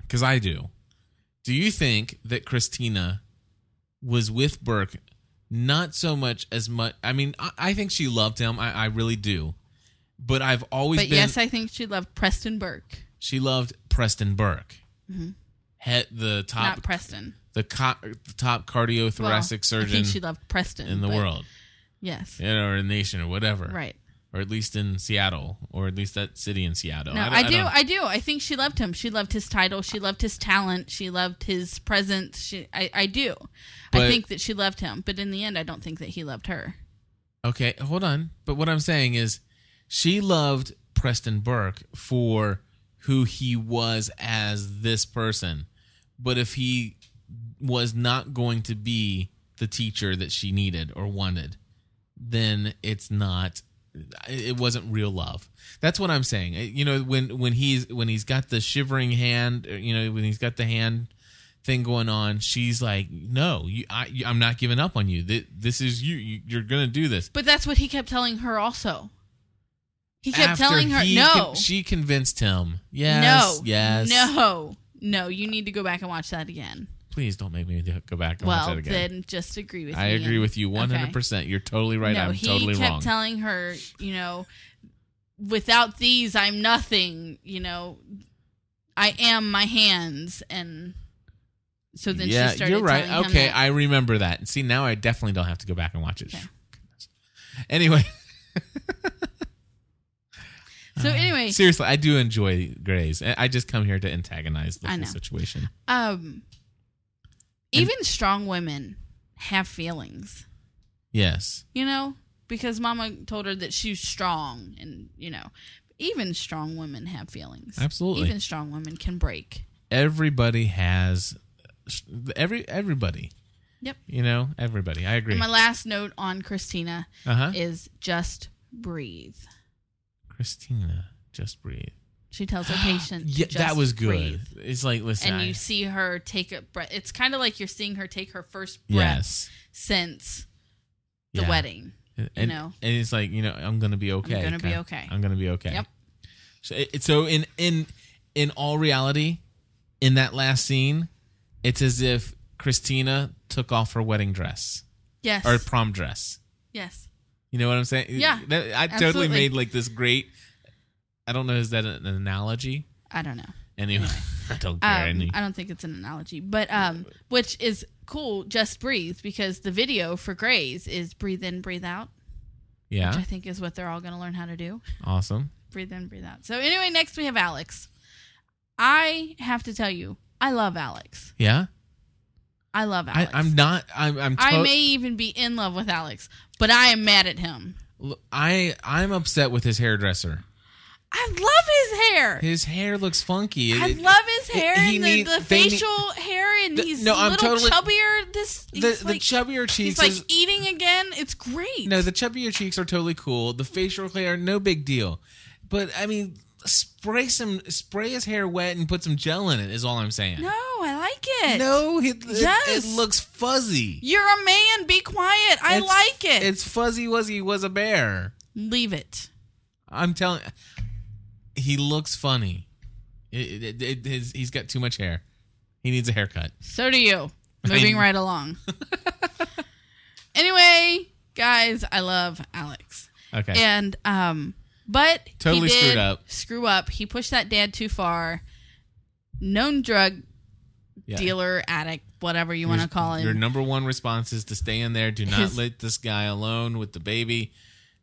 [SPEAKER 3] because i do do you think that christina was with burke not so much as much i mean i, I think she loved him I, I really do but i've always
[SPEAKER 1] but
[SPEAKER 3] been
[SPEAKER 1] yes, I think she loved Preston Burke,
[SPEAKER 3] she loved preston burke head the top
[SPEAKER 1] Mm-hmm. not Preston.
[SPEAKER 3] the, co- the top cardiothoracic
[SPEAKER 1] Well, I
[SPEAKER 3] surgeon
[SPEAKER 1] think she loved Preston
[SPEAKER 3] in the
[SPEAKER 1] but
[SPEAKER 3] world
[SPEAKER 1] Yes,
[SPEAKER 3] you know, or in the nation or whatever
[SPEAKER 1] right.
[SPEAKER 3] or at least in seattle or at least that city in seattle
[SPEAKER 1] No,
[SPEAKER 3] don't-
[SPEAKER 1] I, do.
[SPEAKER 3] don't-
[SPEAKER 1] I, do. I think she loved him. She loved his title. She loved his talent. She loved his presence. She, I, I do. I
[SPEAKER 3] But-
[SPEAKER 1] think that she loved him, but in the end, I don't think that he loved her.
[SPEAKER 3] Okay, hold on. But what I'm saying is she loved Preston Burke for who he was as this person. But if he was not going to be the teacher that she needed or wanted, then it's not it wasn't real love. That's what I'm saying. You know, when when he's when he's got the shivering hand, you know, when he's got the hand thing going on, she's like, "No, you, I, you- I'm not giving up on you. Th- This is you. you. You're gonna do this."
[SPEAKER 1] But that's what he kept telling her also. He kept
[SPEAKER 3] After
[SPEAKER 1] telling her,
[SPEAKER 3] he
[SPEAKER 1] no.
[SPEAKER 3] con- she convinced him. Yes.
[SPEAKER 1] no.
[SPEAKER 3] Yes.
[SPEAKER 1] No. No, you need to go back and watch that again.
[SPEAKER 3] Please don't make me do- go back and watch
[SPEAKER 1] well,
[SPEAKER 3] that again.
[SPEAKER 1] then just agree with
[SPEAKER 3] I
[SPEAKER 1] me.
[SPEAKER 3] agree
[SPEAKER 1] and-
[SPEAKER 3] with you
[SPEAKER 1] Okay.
[SPEAKER 3] 100%. You're totally right.
[SPEAKER 1] no,
[SPEAKER 3] I'm
[SPEAKER 1] he
[SPEAKER 3] totally
[SPEAKER 1] kept
[SPEAKER 3] wrong.
[SPEAKER 1] telling her, you know, without these, I'm nothing. You know, I am my hands, and so then
[SPEAKER 3] yeah,
[SPEAKER 1] she started.
[SPEAKER 3] you're right.
[SPEAKER 1] telling him
[SPEAKER 3] Okay,
[SPEAKER 1] that.
[SPEAKER 3] I remember that. And see, now I definitely don't have to go back and watch it.
[SPEAKER 1] Okay.
[SPEAKER 3] Anyway,
[SPEAKER 1] so anyway,
[SPEAKER 3] seriously, I do enjoy Grays. I I just come here to antagonize the
[SPEAKER 1] I
[SPEAKER 3] whole
[SPEAKER 1] know.
[SPEAKER 3] situation.
[SPEAKER 1] um, even strong women have feelings,
[SPEAKER 3] Yes.
[SPEAKER 1] you know, because Mama told her that she's strong, and you know, even strong women have feelings.
[SPEAKER 3] Absolutely.
[SPEAKER 1] even strong women can break.
[SPEAKER 3] Everybody has every everybody,
[SPEAKER 1] Yep.
[SPEAKER 3] you know, everybody. I agree.
[SPEAKER 1] And my last note on Christina
[SPEAKER 3] Uh-huh.
[SPEAKER 1] is just breathe.
[SPEAKER 3] Christina, just breathe.
[SPEAKER 1] She tells her patient.
[SPEAKER 3] Yeah,
[SPEAKER 1] just
[SPEAKER 3] that was good.
[SPEAKER 1] breathe."
[SPEAKER 3] It's like listen,
[SPEAKER 1] And
[SPEAKER 3] I-
[SPEAKER 1] you see her take a breath. It's kind of like you're seeing her take her first breath
[SPEAKER 3] yes.
[SPEAKER 1] since the
[SPEAKER 3] Yeah.
[SPEAKER 1] wedding.
[SPEAKER 3] and,
[SPEAKER 1] know?
[SPEAKER 3] and it's like you know i'm gonna be okay
[SPEAKER 1] gonna be
[SPEAKER 3] kinda-
[SPEAKER 1] okay.
[SPEAKER 3] i'm gonna be okay
[SPEAKER 1] Yep.
[SPEAKER 3] so, it, so in in in all reality in that last scene it's as if christina took off her wedding dress
[SPEAKER 1] Yes.
[SPEAKER 3] or prom dress
[SPEAKER 1] yes.
[SPEAKER 3] you know what i'm saying
[SPEAKER 1] Yeah,
[SPEAKER 3] That- i totally
[SPEAKER 1] absolutely.
[SPEAKER 3] made like this great i don't know is that an analogy
[SPEAKER 1] I don't know.
[SPEAKER 3] anyway i don't care
[SPEAKER 1] Um,
[SPEAKER 3] Any-
[SPEAKER 1] I don't think it's an analogy, but um, which is cool. Just breathe because the video for Grays is breathe in, breathe out, which
[SPEAKER 3] yeah
[SPEAKER 1] I think is what they're all going to learn how to do.
[SPEAKER 3] awesome
[SPEAKER 1] breathe in, breathe out. So anyway, next we have Alex. I have to tell you, I love Alex.
[SPEAKER 3] yeah
[SPEAKER 1] I love
[SPEAKER 3] I,
[SPEAKER 1] Alex.
[SPEAKER 3] i'm not i'm i'm
[SPEAKER 1] I
[SPEAKER 3] to-
[SPEAKER 1] may even be in love with Alex, but I am mad at him.
[SPEAKER 3] I i'm upset with his hairdresser
[SPEAKER 1] I love his hair.
[SPEAKER 3] His hair looks funky.
[SPEAKER 1] I
[SPEAKER 3] It-
[SPEAKER 1] love his
[SPEAKER 3] it-
[SPEAKER 1] hair
[SPEAKER 3] he
[SPEAKER 1] and the,
[SPEAKER 3] need-
[SPEAKER 1] the
[SPEAKER 3] they need-
[SPEAKER 1] facial hair, and
[SPEAKER 3] The-
[SPEAKER 1] he's
[SPEAKER 3] no,
[SPEAKER 1] a
[SPEAKER 3] I'm
[SPEAKER 1] little
[SPEAKER 3] totally-
[SPEAKER 1] chubbier. This
[SPEAKER 3] the,
[SPEAKER 1] he's
[SPEAKER 3] the
[SPEAKER 1] like,
[SPEAKER 3] chubbier cheeks.
[SPEAKER 1] he's like
[SPEAKER 3] is-
[SPEAKER 1] eating again. It's great.
[SPEAKER 3] no, the chubbier cheeks are totally cool. The facial hair, no big deal. But I mean, spray some, spray his hair wet and put some gel in it. Is all I'm saying.
[SPEAKER 1] No, I like it.
[SPEAKER 3] no, it, it-
[SPEAKER 1] Yes.
[SPEAKER 3] it, looks fuzzy.
[SPEAKER 1] you're a man. Be quiet. I
[SPEAKER 3] It's-
[SPEAKER 1] like it.
[SPEAKER 3] It's fuzzy wuzzy was a bear.
[SPEAKER 1] Leave it.
[SPEAKER 3] I'm telling. He looks funny. It, it, it, his, he's got too much hair. He needs a haircut.
[SPEAKER 1] So do you.
[SPEAKER 3] I
[SPEAKER 1] Moving
[SPEAKER 3] mean-
[SPEAKER 1] right along. anyway, guys, I love Alex.
[SPEAKER 3] Okay.
[SPEAKER 1] And um but he
[SPEAKER 3] Totally
[SPEAKER 1] did
[SPEAKER 3] screwed up.
[SPEAKER 1] Screw up. He pushed that dad too far. Known drug
[SPEAKER 3] Yeah.
[SPEAKER 1] dealer, addict, whatever you want to
[SPEAKER 3] Your-
[SPEAKER 1] call
[SPEAKER 3] Your
[SPEAKER 1] him.
[SPEAKER 3] number one response is to stay in there. Do not
[SPEAKER 1] His-
[SPEAKER 3] let this guy alone with the baby,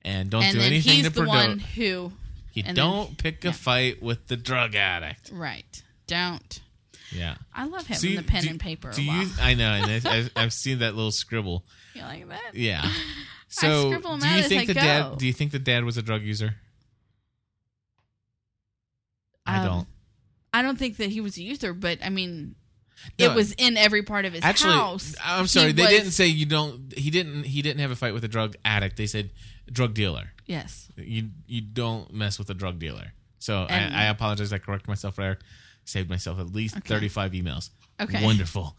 [SPEAKER 3] and don't
[SPEAKER 1] and
[SPEAKER 3] do
[SPEAKER 1] then
[SPEAKER 3] anything
[SPEAKER 1] he's
[SPEAKER 3] to
[SPEAKER 1] the one
[SPEAKER 3] provoke.
[SPEAKER 1] who
[SPEAKER 3] You
[SPEAKER 1] and then-
[SPEAKER 3] don't pick a fight with the drug addict.
[SPEAKER 1] right. Don't.
[SPEAKER 3] Yeah.
[SPEAKER 1] I love having
[SPEAKER 3] So you-
[SPEAKER 1] the pen
[SPEAKER 3] do-
[SPEAKER 1] and paper.
[SPEAKER 3] Do
[SPEAKER 1] a
[SPEAKER 3] you?
[SPEAKER 1] while.
[SPEAKER 3] I know. And I, I've, I've seen that little scribble.
[SPEAKER 1] You like that?
[SPEAKER 3] Yeah. So
[SPEAKER 1] scribble 'em
[SPEAKER 3] do you
[SPEAKER 1] out as
[SPEAKER 3] think
[SPEAKER 1] I
[SPEAKER 3] the
[SPEAKER 1] go.
[SPEAKER 3] dad? Do you think the dad was a drug user? I
[SPEAKER 1] Um,
[SPEAKER 3] don't.
[SPEAKER 1] I don't think that he was a user, but I mean,
[SPEAKER 3] No,
[SPEAKER 1] it was in every part of his
[SPEAKER 3] Actually,
[SPEAKER 1] house.
[SPEAKER 3] I'm
[SPEAKER 1] He
[SPEAKER 3] sorry. They
[SPEAKER 1] was-
[SPEAKER 3] didn't say you don't. He didn't. He didn't have a fight with a drug addict. They said drug dealer.
[SPEAKER 1] Yes.
[SPEAKER 3] you you don't mess with a drug dealer. So
[SPEAKER 1] And-
[SPEAKER 3] I, I apologize. I correct myself there. Saved myself at least
[SPEAKER 1] Okay.
[SPEAKER 3] 35 emails.
[SPEAKER 1] Okay.
[SPEAKER 3] Wonderful.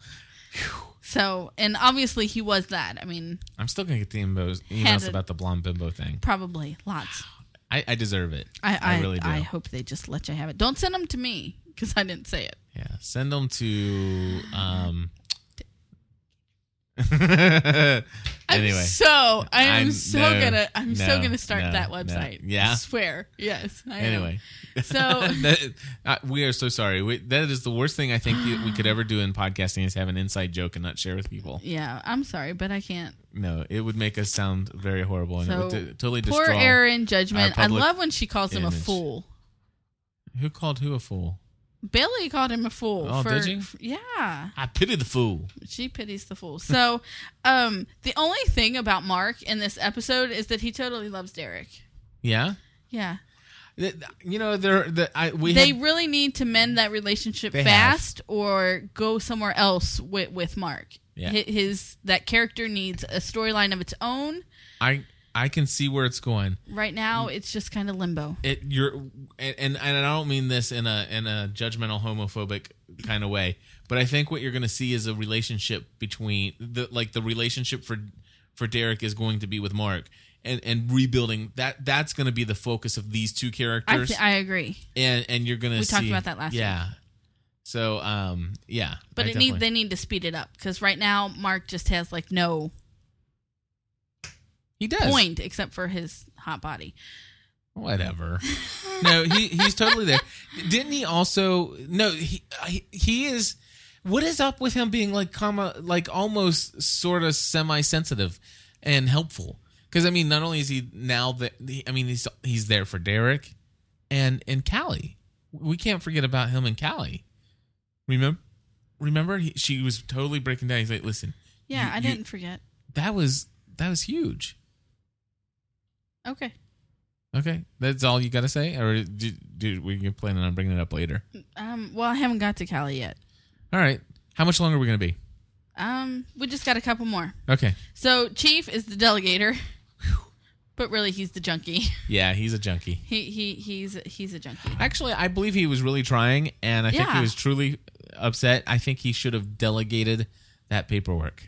[SPEAKER 1] So, and obviously he was that. I mean,
[SPEAKER 3] I'm still going to get the emails,
[SPEAKER 1] Had
[SPEAKER 3] emails
[SPEAKER 1] it.
[SPEAKER 3] about the blonde bimbo thing.
[SPEAKER 1] probably lots.
[SPEAKER 3] I, I deserve it.
[SPEAKER 1] I, I, I
[SPEAKER 3] really do.
[SPEAKER 1] hope they just let you have it. Don't send them to me because I didn't say it.
[SPEAKER 3] yeah. Send them to. Um,
[SPEAKER 1] I'm
[SPEAKER 3] anyway.
[SPEAKER 1] so I am
[SPEAKER 3] I'm-
[SPEAKER 1] so
[SPEAKER 3] no,
[SPEAKER 1] gonna I'm so
[SPEAKER 3] no,
[SPEAKER 1] gonna start
[SPEAKER 3] no,
[SPEAKER 1] that
[SPEAKER 3] no.
[SPEAKER 1] website.
[SPEAKER 3] Yeah.
[SPEAKER 1] I swear. Yes. I am.
[SPEAKER 3] Anyway,
[SPEAKER 1] So
[SPEAKER 3] That- uh, we are so sorry. We, that is the worst thing I think you- we could ever do in podcasting is have an inside joke and not share with people.
[SPEAKER 1] yeah, I'm sorry, but I can't.
[SPEAKER 3] No, it would make us sound very horrible and it
[SPEAKER 1] So
[SPEAKER 3] would t- totally
[SPEAKER 1] poor
[SPEAKER 3] destroy.
[SPEAKER 1] error in judgment.
[SPEAKER 3] our
[SPEAKER 1] I
[SPEAKER 3] public
[SPEAKER 1] love when she calls him a
[SPEAKER 3] image.
[SPEAKER 1] fool.
[SPEAKER 3] Who called who a fool?
[SPEAKER 1] Bailey called him a fool.
[SPEAKER 3] Oh,
[SPEAKER 1] for,
[SPEAKER 3] did you?
[SPEAKER 1] for- yeah.
[SPEAKER 3] I pity the fool.
[SPEAKER 1] She pities the fool. So, um, the only thing about Mark in this episode is that he totally loves Derek.
[SPEAKER 3] Yeah.
[SPEAKER 1] Yeah.
[SPEAKER 3] Th- th- You know, there the, I we
[SPEAKER 1] they
[SPEAKER 3] had-
[SPEAKER 1] really need to mend that relationship
[SPEAKER 3] They
[SPEAKER 1] fast or go somewhere else with, with Mark.
[SPEAKER 3] Yeah.
[SPEAKER 1] Hi- His that character needs a storyline of its own.
[SPEAKER 3] I I can see where it's going.
[SPEAKER 1] Right now,
[SPEAKER 3] Mm.
[SPEAKER 1] it's just kind of limbo.
[SPEAKER 3] It you're and, and and I don't mean this in a in a judgmental homophobic kind of way, but I think what you're going to see is a relationship between the like the relationship for for Derek is going to be with Mark and and rebuilding that that's going to be the focus of these two
[SPEAKER 1] I
[SPEAKER 3] characters
[SPEAKER 1] th- I agree,
[SPEAKER 3] and and you're going to
[SPEAKER 1] We
[SPEAKER 3] see
[SPEAKER 1] talked about that last week.
[SPEAKER 3] Yeah. So um yeah.
[SPEAKER 1] but
[SPEAKER 3] I
[SPEAKER 1] it need
[SPEAKER 3] definitely-
[SPEAKER 1] they need to speed it up because right now Mark just has like no
[SPEAKER 3] he does.
[SPEAKER 1] point except for his hot body.
[SPEAKER 3] Whatever. No, he he's totally there. Didn't he also? No, he he, he is. What is up with him being like comma like almost sort of semi sensitive and helpful? Because I mean, not only is he now that I mean he's he's there for Derek and and Callie. We can't forget about him and Callie. Remember, remember he, she was totally breaking down. He's like, listen,
[SPEAKER 1] Yeah,
[SPEAKER 3] you-
[SPEAKER 1] I
[SPEAKER 3] you-
[SPEAKER 1] didn't forget.
[SPEAKER 3] that was that was huge.
[SPEAKER 1] Okay,
[SPEAKER 3] Okay, that's all you got to say, or do, do we planning on bringing it up later?
[SPEAKER 1] um, well I haven't got to Cali yet.
[SPEAKER 3] All right. How much longer are we going to be?
[SPEAKER 1] Um, we just got a couple more.
[SPEAKER 3] Okay.
[SPEAKER 1] So Chief is the delegator, but really he's the junkie.
[SPEAKER 3] Yeah, he's a junkie.
[SPEAKER 1] He he he's he's a junkie.
[SPEAKER 3] Actually, I believe he was really trying, and I think
[SPEAKER 1] Yeah.
[SPEAKER 3] he was truly upset. I think he should have delegated that paperwork.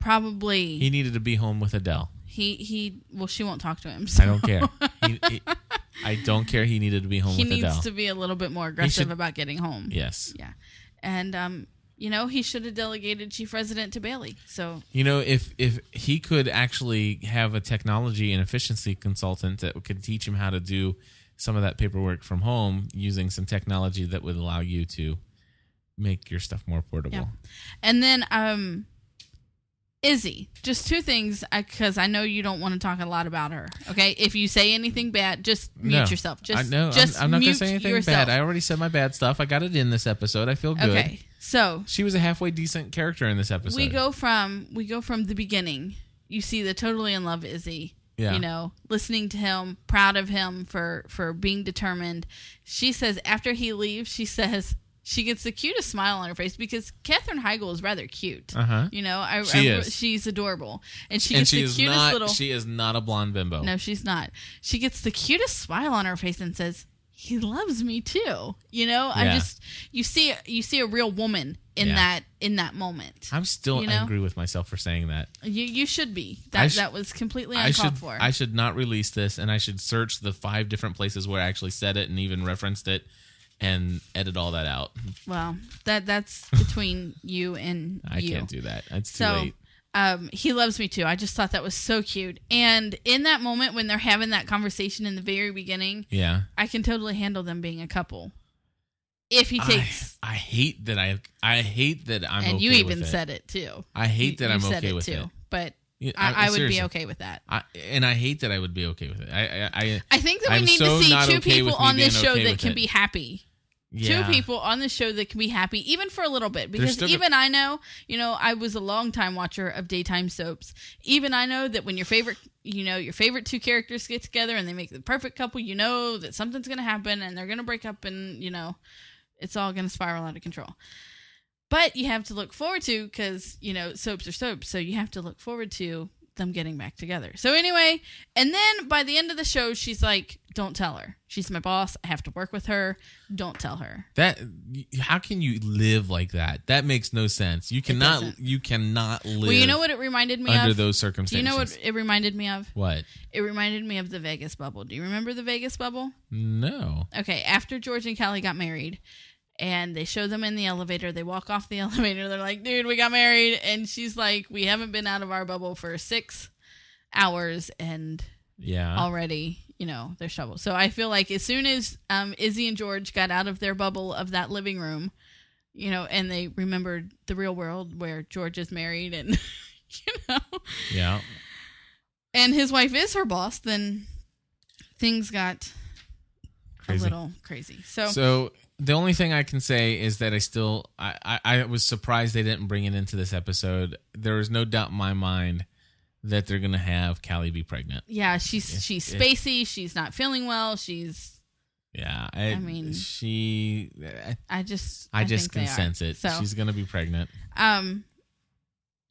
[SPEAKER 1] Probably
[SPEAKER 3] He needed to be home with Adele.
[SPEAKER 1] he he well she won't talk to him.
[SPEAKER 3] I
[SPEAKER 1] So
[SPEAKER 3] don't care. he, he- I don't care. He needed to be home
[SPEAKER 1] he
[SPEAKER 3] with
[SPEAKER 1] needs
[SPEAKER 3] Adele.
[SPEAKER 1] to be a little bit more aggressive
[SPEAKER 3] should-
[SPEAKER 1] about getting home.
[SPEAKER 3] yes.
[SPEAKER 1] Yeah. And um, you know, he should have delegated chief resident to Bailey. So
[SPEAKER 3] You know, if if he could actually have a technology and efficiency consultant that could teach him how to do some of that paperwork from home using some technology that would allow you to make your stuff more portable.
[SPEAKER 1] Yeah. and then um Izzy, just two things because I know you don't want to talk a lot about her. Okay, if you say anything bad, just mute
[SPEAKER 3] No.
[SPEAKER 1] yourself. Just
[SPEAKER 3] I, no,
[SPEAKER 1] just
[SPEAKER 3] I'm, I'm not
[SPEAKER 1] mute
[SPEAKER 3] gonna say anything
[SPEAKER 1] yourself.
[SPEAKER 3] bad. I already said my bad stuff. I got it in this episode. I feel good.
[SPEAKER 1] okay, so
[SPEAKER 3] She was a halfway decent character in this episode.
[SPEAKER 1] we go from we go from the beginning. You see the totally in love Izzy.
[SPEAKER 3] Yeah.
[SPEAKER 1] You know, listening to him, proud of him for for being determined. She says after he leaves, she says she gets the cutest smile on her face because Katherine Heigl is rather cute.
[SPEAKER 3] Uh-huh.
[SPEAKER 1] You know, I,
[SPEAKER 3] She
[SPEAKER 1] I-
[SPEAKER 3] is.
[SPEAKER 1] she's adorable, and she
[SPEAKER 3] and
[SPEAKER 1] gets
[SPEAKER 3] she
[SPEAKER 1] the
[SPEAKER 3] is
[SPEAKER 1] cutest
[SPEAKER 3] not.
[SPEAKER 1] little.
[SPEAKER 3] She is not a blonde bimbo.
[SPEAKER 1] no, she's not. She gets the cutest smile on her face and says, "He loves me too." You know, I
[SPEAKER 3] Yeah.
[SPEAKER 1] just you see you see a real woman in
[SPEAKER 3] Yeah.
[SPEAKER 1] that in that moment.
[SPEAKER 3] I'm still
[SPEAKER 1] You know?
[SPEAKER 3] angry with myself for saying that.
[SPEAKER 1] You you should be.
[SPEAKER 3] I
[SPEAKER 1] That
[SPEAKER 3] sh-
[SPEAKER 1] that was completely
[SPEAKER 3] I
[SPEAKER 1] uncalled
[SPEAKER 3] should.
[SPEAKER 1] for.
[SPEAKER 3] I should not release this, and I should search the five different places where I actually said it and even referenced it, and edit all that out.
[SPEAKER 1] well, that that's between you and
[SPEAKER 3] I
[SPEAKER 1] you.
[SPEAKER 3] can't do that. It's too
[SPEAKER 1] so
[SPEAKER 3] late.
[SPEAKER 1] um, he loves me too. I just thought that was so cute. And in that moment when they're having that conversation in the very beginning,
[SPEAKER 3] Yeah.
[SPEAKER 1] I can totally handle them being a couple. If he takes
[SPEAKER 3] I, I hate that I. I hate that I'm.
[SPEAKER 1] and
[SPEAKER 3] okay
[SPEAKER 1] you even
[SPEAKER 3] with it.
[SPEAKER 1] said it too.
[SPEAKER 3] I hate that
[SPEAKER 1] you
[SPEAKER 3] I'm
[SPEAKER 1] said
[SPEAKER 3] okay
[SPEAKER 1] it
[SPEAKER 3] with
[SPEAKER 1] too.
[SPEAKER 3] it.
[SPEAKER 1] But
[SPEAKER 3] Yeah,
[SPEAKER 1] I, I would
[SPEAKER 3] seriously.
[SPEAKER 1] be okay with that.
[SPEAKER 3] I, and I hate that I would be okay with it. I, I, I
[SPEAKER 1] I think that we
[SPEAKER 3] I'm
[SPEAKER 1] need
[SPEAKER 3] so
[SPEAKER 1] to see
[SPEAKER 3] not
[SPEAKER 1] two
[SPEAKER 3] okay
[SPEAKER 1] people
[SPEAKER 3] with me
[SPEAKER 1] on this
[SPEAKER 3] being
[SPEAKER 1] show
[SPEAKER 3] okay
[SPEAKER 1] that
[SPEAKER 3] with
[SPEAKER 1] can
[SPEAKER 3] it.
[SPEAKER 1] be happy.
[SPEAKER 3] yeah.
[SPEAKER 1] two people on the show that can be happy even for a little bit because
[SPEAKER 3] still gonna-
[SPEAKER 1] even i know you know i was a long time watcher of daytime soaps even i know that when your favorite you know your favorite two characters get together and they make the perfect couple you know that something's going to happen and they're going to break up and you know it's all going to spiral out of control but you have to look forward to because you know soaps are soaps so you have to look forward to them getting back together so anyway and then by the end of the show she's like don't tell her she's my boss i have to work with her don't tell her
[SPEAKER 3] That how can you live like that? That makes no sense. You cannot.
[SPEAKER 1] doesn't.
[SPEAKER 3] You cannot live.
[SPEAKER 1] Well, you know what it reminded me
[SPEAKER 3] under
[SPEAKER 1] of?
[SPEAKER 3] those
[SPEAKER 1] Do you
[SPEAKER 3] circumstances.
[SPEAKER 1] know what it reminded me of?
[SPEAKER 3] What?
[SPEAKER 1] It reminded me of the Vegas bubble. Do you remember the Vegas bubble?
[SPEAKER 3] No.
[SPEAKER 1] Okay, after George and Callie got married and they show them in the elevator, they walk off the elevator. They're like, dude, we got married. And she's like, we haven't been out of our bubble for six hours and
[SPEAKER 3] Yeah.
[SPEAKER 1] already, you know, they're shovel. So I feel like as soon as um, Izzy and George got out of their bubble of that living room, you know, and they remembered the real world where George is married and, you know,
[SPEAKER 3] Yeah.
[SPEAKER 1] and his wife is her boss, then things got
[SPEAKER 3] Crazy.
[SPEAKER 1] a little crazy. So,
[SPEAKER 3] So the only thing I can say is that I still I, I I was surprised they didn't bring it into this episode. There is no doubt in my mind that they're gonna have Callie be pregnant.
[SPEAKER 1] yeah, she's
[SPEAKER 3] Yeah,
[SPEAKER 1] she's
[SPEAKER 3] yeah.
[SPEAKER 1] spacey. She's not feeling well. She's
[SPEAKER 3] Yeah. I,
[SPEAKER 1] mean-
[SPEAKER 3] she.
[SPEAKER 1] I just
[SPEAKER 3] I, just
[SPEAKER 1] think they
[SPEAKER 3] can
[SPEAKER 1] are.
[SPEAKER 3] sense it.
[SPEAKER 1] So
[SPEAKER 3] She's gonna be pregnant.
[SPEAKER 1] um,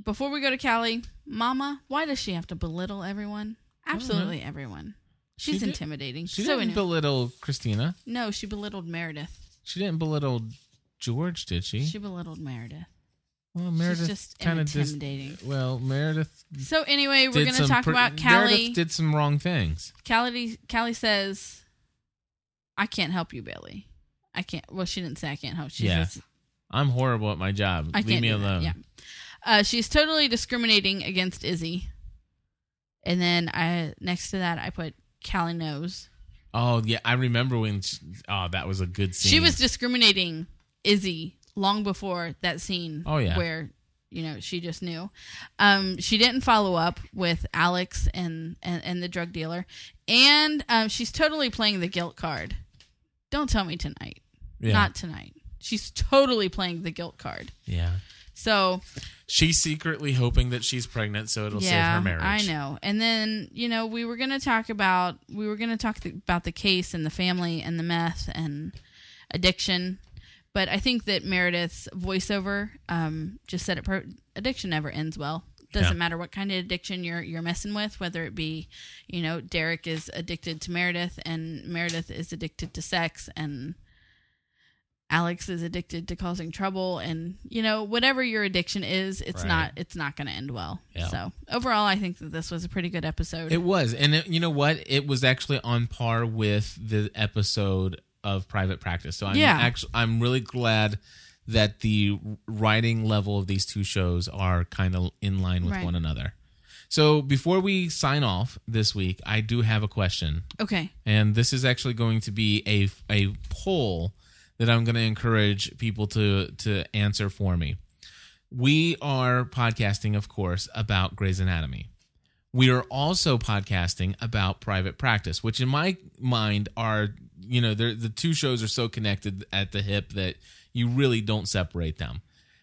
[SPEAKER 1] before we go to Callie, Mama, why does she have to belittle everyone? Absolutely everyone. She's
[SPEAKER 3] did-
[SPEAKER 1] intimidating.
[SPEAKER 3] She
[SPEAKER 1] She's so
[SPEAKER 3] didn't
[SPEAKER 1] in-
[SPEAKER 3] belittle Christina.
[SPEAKER 1] no, she belittled Meredith.
[SPEAKER 3] She didn't belittle George, did she?
[SPEAKER 1] She belittled Meredith.
[SPEAKER 3] well, Meredith
[SPEAKER 1] just
[SPEAKER 3] kinda just-
[SPEAKER 1] intimidating.
[SPEAKER 3] well, Meredith
[SPEAKER 1] So anyway, we're
[SPEAKER 3] Hmm. did
[SPEAKER 1] going to
[SPEAKER 3] some
[SPEAKER 1] talk
[SPEAKER 3] pr-
[SPEAKER 1] about
[SPEAKER 3] Meredith
[SPEAKER 1] Callie.
[SPEAKER 3] did some wrong things.
[SPEAKER 1] Callie. Callie says, "I can't help you, Bailey. I can't." Well, she didn't say I can't help. She
[SPEAKER 3] Yeah.
[SPEAKER 1] says,
[SPEAKER 3] I'm horrible at my job.
[SPEAKER 1] I
[SPEAKER 3] Leave
[SPEAKER 1] can't
[SPEAKER 3] me
[SPEAKER 1] do that.
[SPEAKER 3] alone.
[SPEAKER 1] Yeah. Uh, she's totally discriminating against Izzy. And then I next to that I put Callie knows.
[SPEAKER 3] Oh yeah, I remember when. She, oh, that was a good scene.
[SPEAKER 1] She was discriminating Izzy long before that scene
[SPEAKER 3] Oh, yeah.
[SPEAKER 1] where you know she just knew. Um, she didn't follow up with Alex and and, and the drug dealer and um, she's totally playing the guilt card. Don't tell me tonight.
[SPEAKER 3] yeah.
[SPEAKER 1] Not tonight. She's totally playing the guilt card.
[SPEAKER 3] Yeah.
[SPEAKER 1] So
[SPEAKER 3] She's secretly hoping that she's pregnant, so it'll save her marriage.
[SPEAKER 1] I know. And then you know we were gonna talk about we were gonna talk th- about the case and the family and the meth and addiction, but I think that Meredith's voiceover um, just said it. Pro- addiction never ends well. Doesn't
[SPEAKER 3] Yeah.
[SPEAKER 1] matter what kind of addiction you're you're messing with, whether it be, you know, Derek is addicted to Meredith and Meredith is addicted to sex and Alex is addicted to causing trouble and you know whatever your addiction is it's
[SPEAKER 3] Right.
[SPEAKER 1] not it's not going to end well.
[SPEAKER 3] Yeah.
[SPEAKER 1] So overall I think that this was a pretty good episode.
[SPEAKER 3] It was, and it, you know what? It was actually on par with the episode of Private Practice. So I'm
[SPEAKER 1] Yeah.
[SPEAKER 3] actually I'm really glad that the writing level of these two shows are kind of in line with
[SPEAKER 1] Right.
[SPEAKER 3] one another. So before we sign off this week, I do have a question,
[SPEAKER 1] okay.
[SPEAKER 3] and this is actually going to be a a poll that I'm going to encourage people to to answer for me. We are podcasting, of course, about Grey's Anatomy. We are also podcasting about private practice, which in my mind are, you know, they're- the two shows are so connected at the hip that you really don't separate them.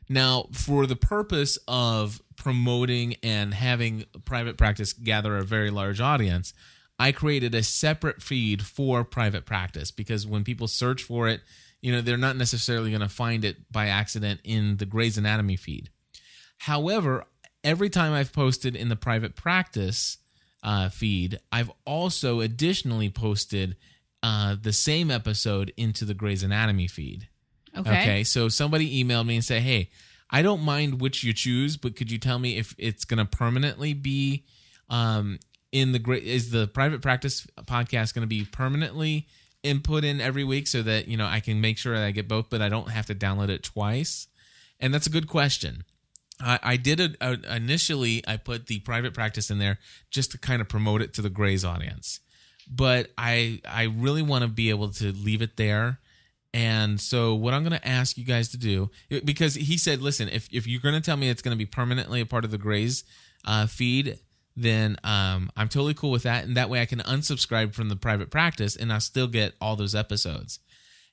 [SPEAKER 3] Now, for the purpose of promoting and having private practice gather a very large audience, I created a separate feed for private practice because when people search for it, you know, they're not necessarily going to find it by accident in the Grey's Anatomy feed. However, every time I've posted in the private practice uh, feed, I've also additionally posted uh, the same episode into the Grey's Anatomy feed.
[SPEAKER 1] Okay.
[SPEAKER 3] Okay. So somebody emailed me and said, "Hey, I don't mind which you choose, but could you tell me if it's going to permanently be um, in the great? Is the private practice podcast going to be permanently input in every week so that you know I can make sure that I get both, but I don't have to download it twice?" And that's a good question. I, I did a, a, initially. I put the private practice in there just to kind of promote it to the Grays audience, but I I really want to be able to leave it there. And so, what I'm going to ask you guys to do, because he said, listen, if if you're going to tell me it's going to be permanently a part of the Grays uh, feed, then um, I'm totally cool with that. And that way, I can unsubscribe from the private practice, and I still get all those episodes.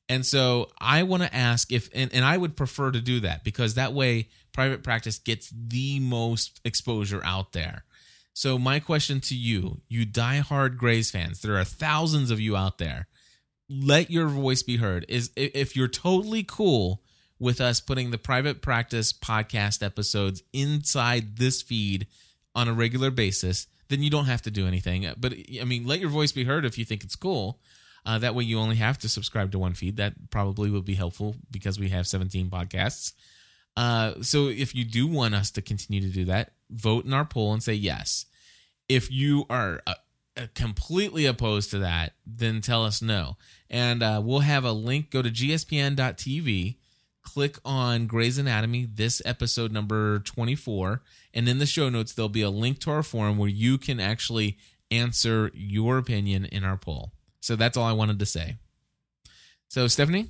[SPEAKER 3] And so I want to ask if, and, and I would prefer to do that because that way private practice gets the most exposure out there. So my question to you, you diehard Grays fans, there are thousands of you out there. Let your voice be heard. Is i- if you're totally cool with us putting the private practice podcast episodes inside this feed on a regular basis, then you don't have to do anything. But I mean, let your voice be heard if you think it's cool. Uh, that way, you only have to subscribe to one feed. That probably would be helpful because we have 17 podcasts. Uh, so, if you do want us to continue to do that, vote in our poll and say yes. If you are uh, uh, completely opposed to that, then tell us no. And uh, we'll have a link. Go to gspn.tv, click on Grey's Anatomy, this episode number 24. And in the show notes, there'll be a link to our forum where you can actually answer your opinion in our poll. So that's all I wanted to say. So, Stephanie,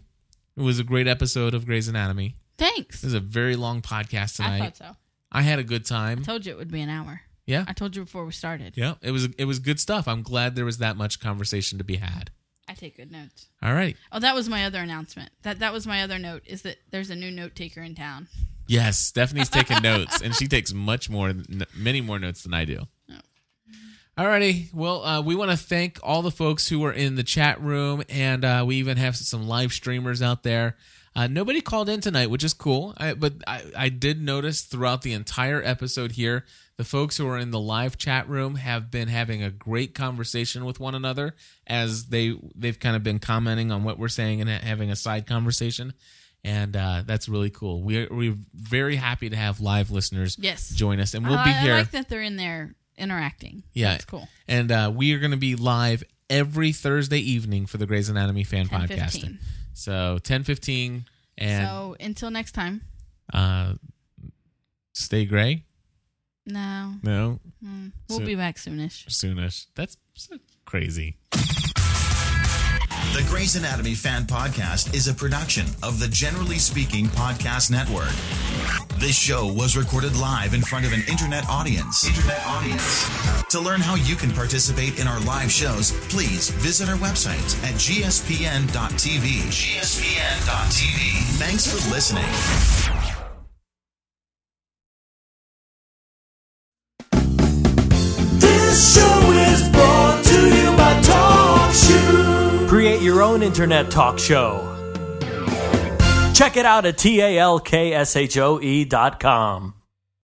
[SPEAKER 3] it was a great episode of Grey's Anatomy.
[SPEAKER 1] Thanks.
[SPEAKER 3] This is a very long podcast
[SPEAKER 1] I
[SPEAKER 3] tonight. I,
[SPEAKER 1] thought so.
[SPEAKER 3] had a good time.
[SPEAKER 1] Told you it would be an hour.
[SPEAKER 3] yeah.
[SPEAKER 1] I told you before we started.
[SPEAKER 3] yeah. It was it was good stuff. I'm glad there was that much conversation to be had.
[SPEAKER 1] I take good notes.
[SPEAKER 3] All right.
[SPEAKER 1] Oh, that was my other announcement. That that was my other note is that there's a new note taker in town.
[SPEAKER 3] Yes, Stephanie's taking notes, and she takes much more, n- many more notes than I do.
[SPEAKER 1] Oh.
[SPEAKER 3] Alrighty, well, uh, we want to thank all the folks who are in the chat room, and uh, we even have some live streamers out there. Uh, nobody called in tonight, which is cool. I, but I, I did notice throughout the entire episode here, the folks who are in the live chat room have been having a great conversation with one another as they they've kind of been commenting on what we're saying and ha- having a side conversation, and uh, that's really cool. We're we're very happy to have live listeners
[SPEAKER 1] Yes. Uh,
[SPEAKER 3] join us, and we'll
[SPEAKER 1] I-
[SPEAKER 3] be
[SPEAKER 1] I
[SPEAKER 3] here.
[SPEAKER 1] like that they're in there interacting.
[SPEAKER 3] Yeah,
[SPEAKER 1] That's cool.
[SPEAKER 3] And uh, we are going to be live every Thursday evening for the Grey's Anatomy fan
[SPEAKER 1] 10,
[SPEAKER 3] podcast.
[SPEAKER 1] 15.
[SPEAKER 3] So ten fifteen, and
[SPEAKER 1] so until next time.
[SPEAKER 3] uh, stay gray.
[SPEAKER 1] No,
[SPEAKER 3] No,
[SPEAKER 1] we'll
[SPEAKER 3] So-
[SPEAKER 1] be back soonish.
[SPEAKER 3] soonish. That's so crazy.
[SPEAKER 2] The Grey's Anatomy Fan Podcast is a production of the Generally Speaking Podcast Network. This show was recorded live in front of an internet audience. Internet audience. To learn how you can participate in our live shows, please visit our website at gspn.tv. gspn.tv. Thanks for listening.
[SPEAKER 4] This show is brought to you by Talk Shoe. Create your own internet talk show. E Check it out at talkshoe.com.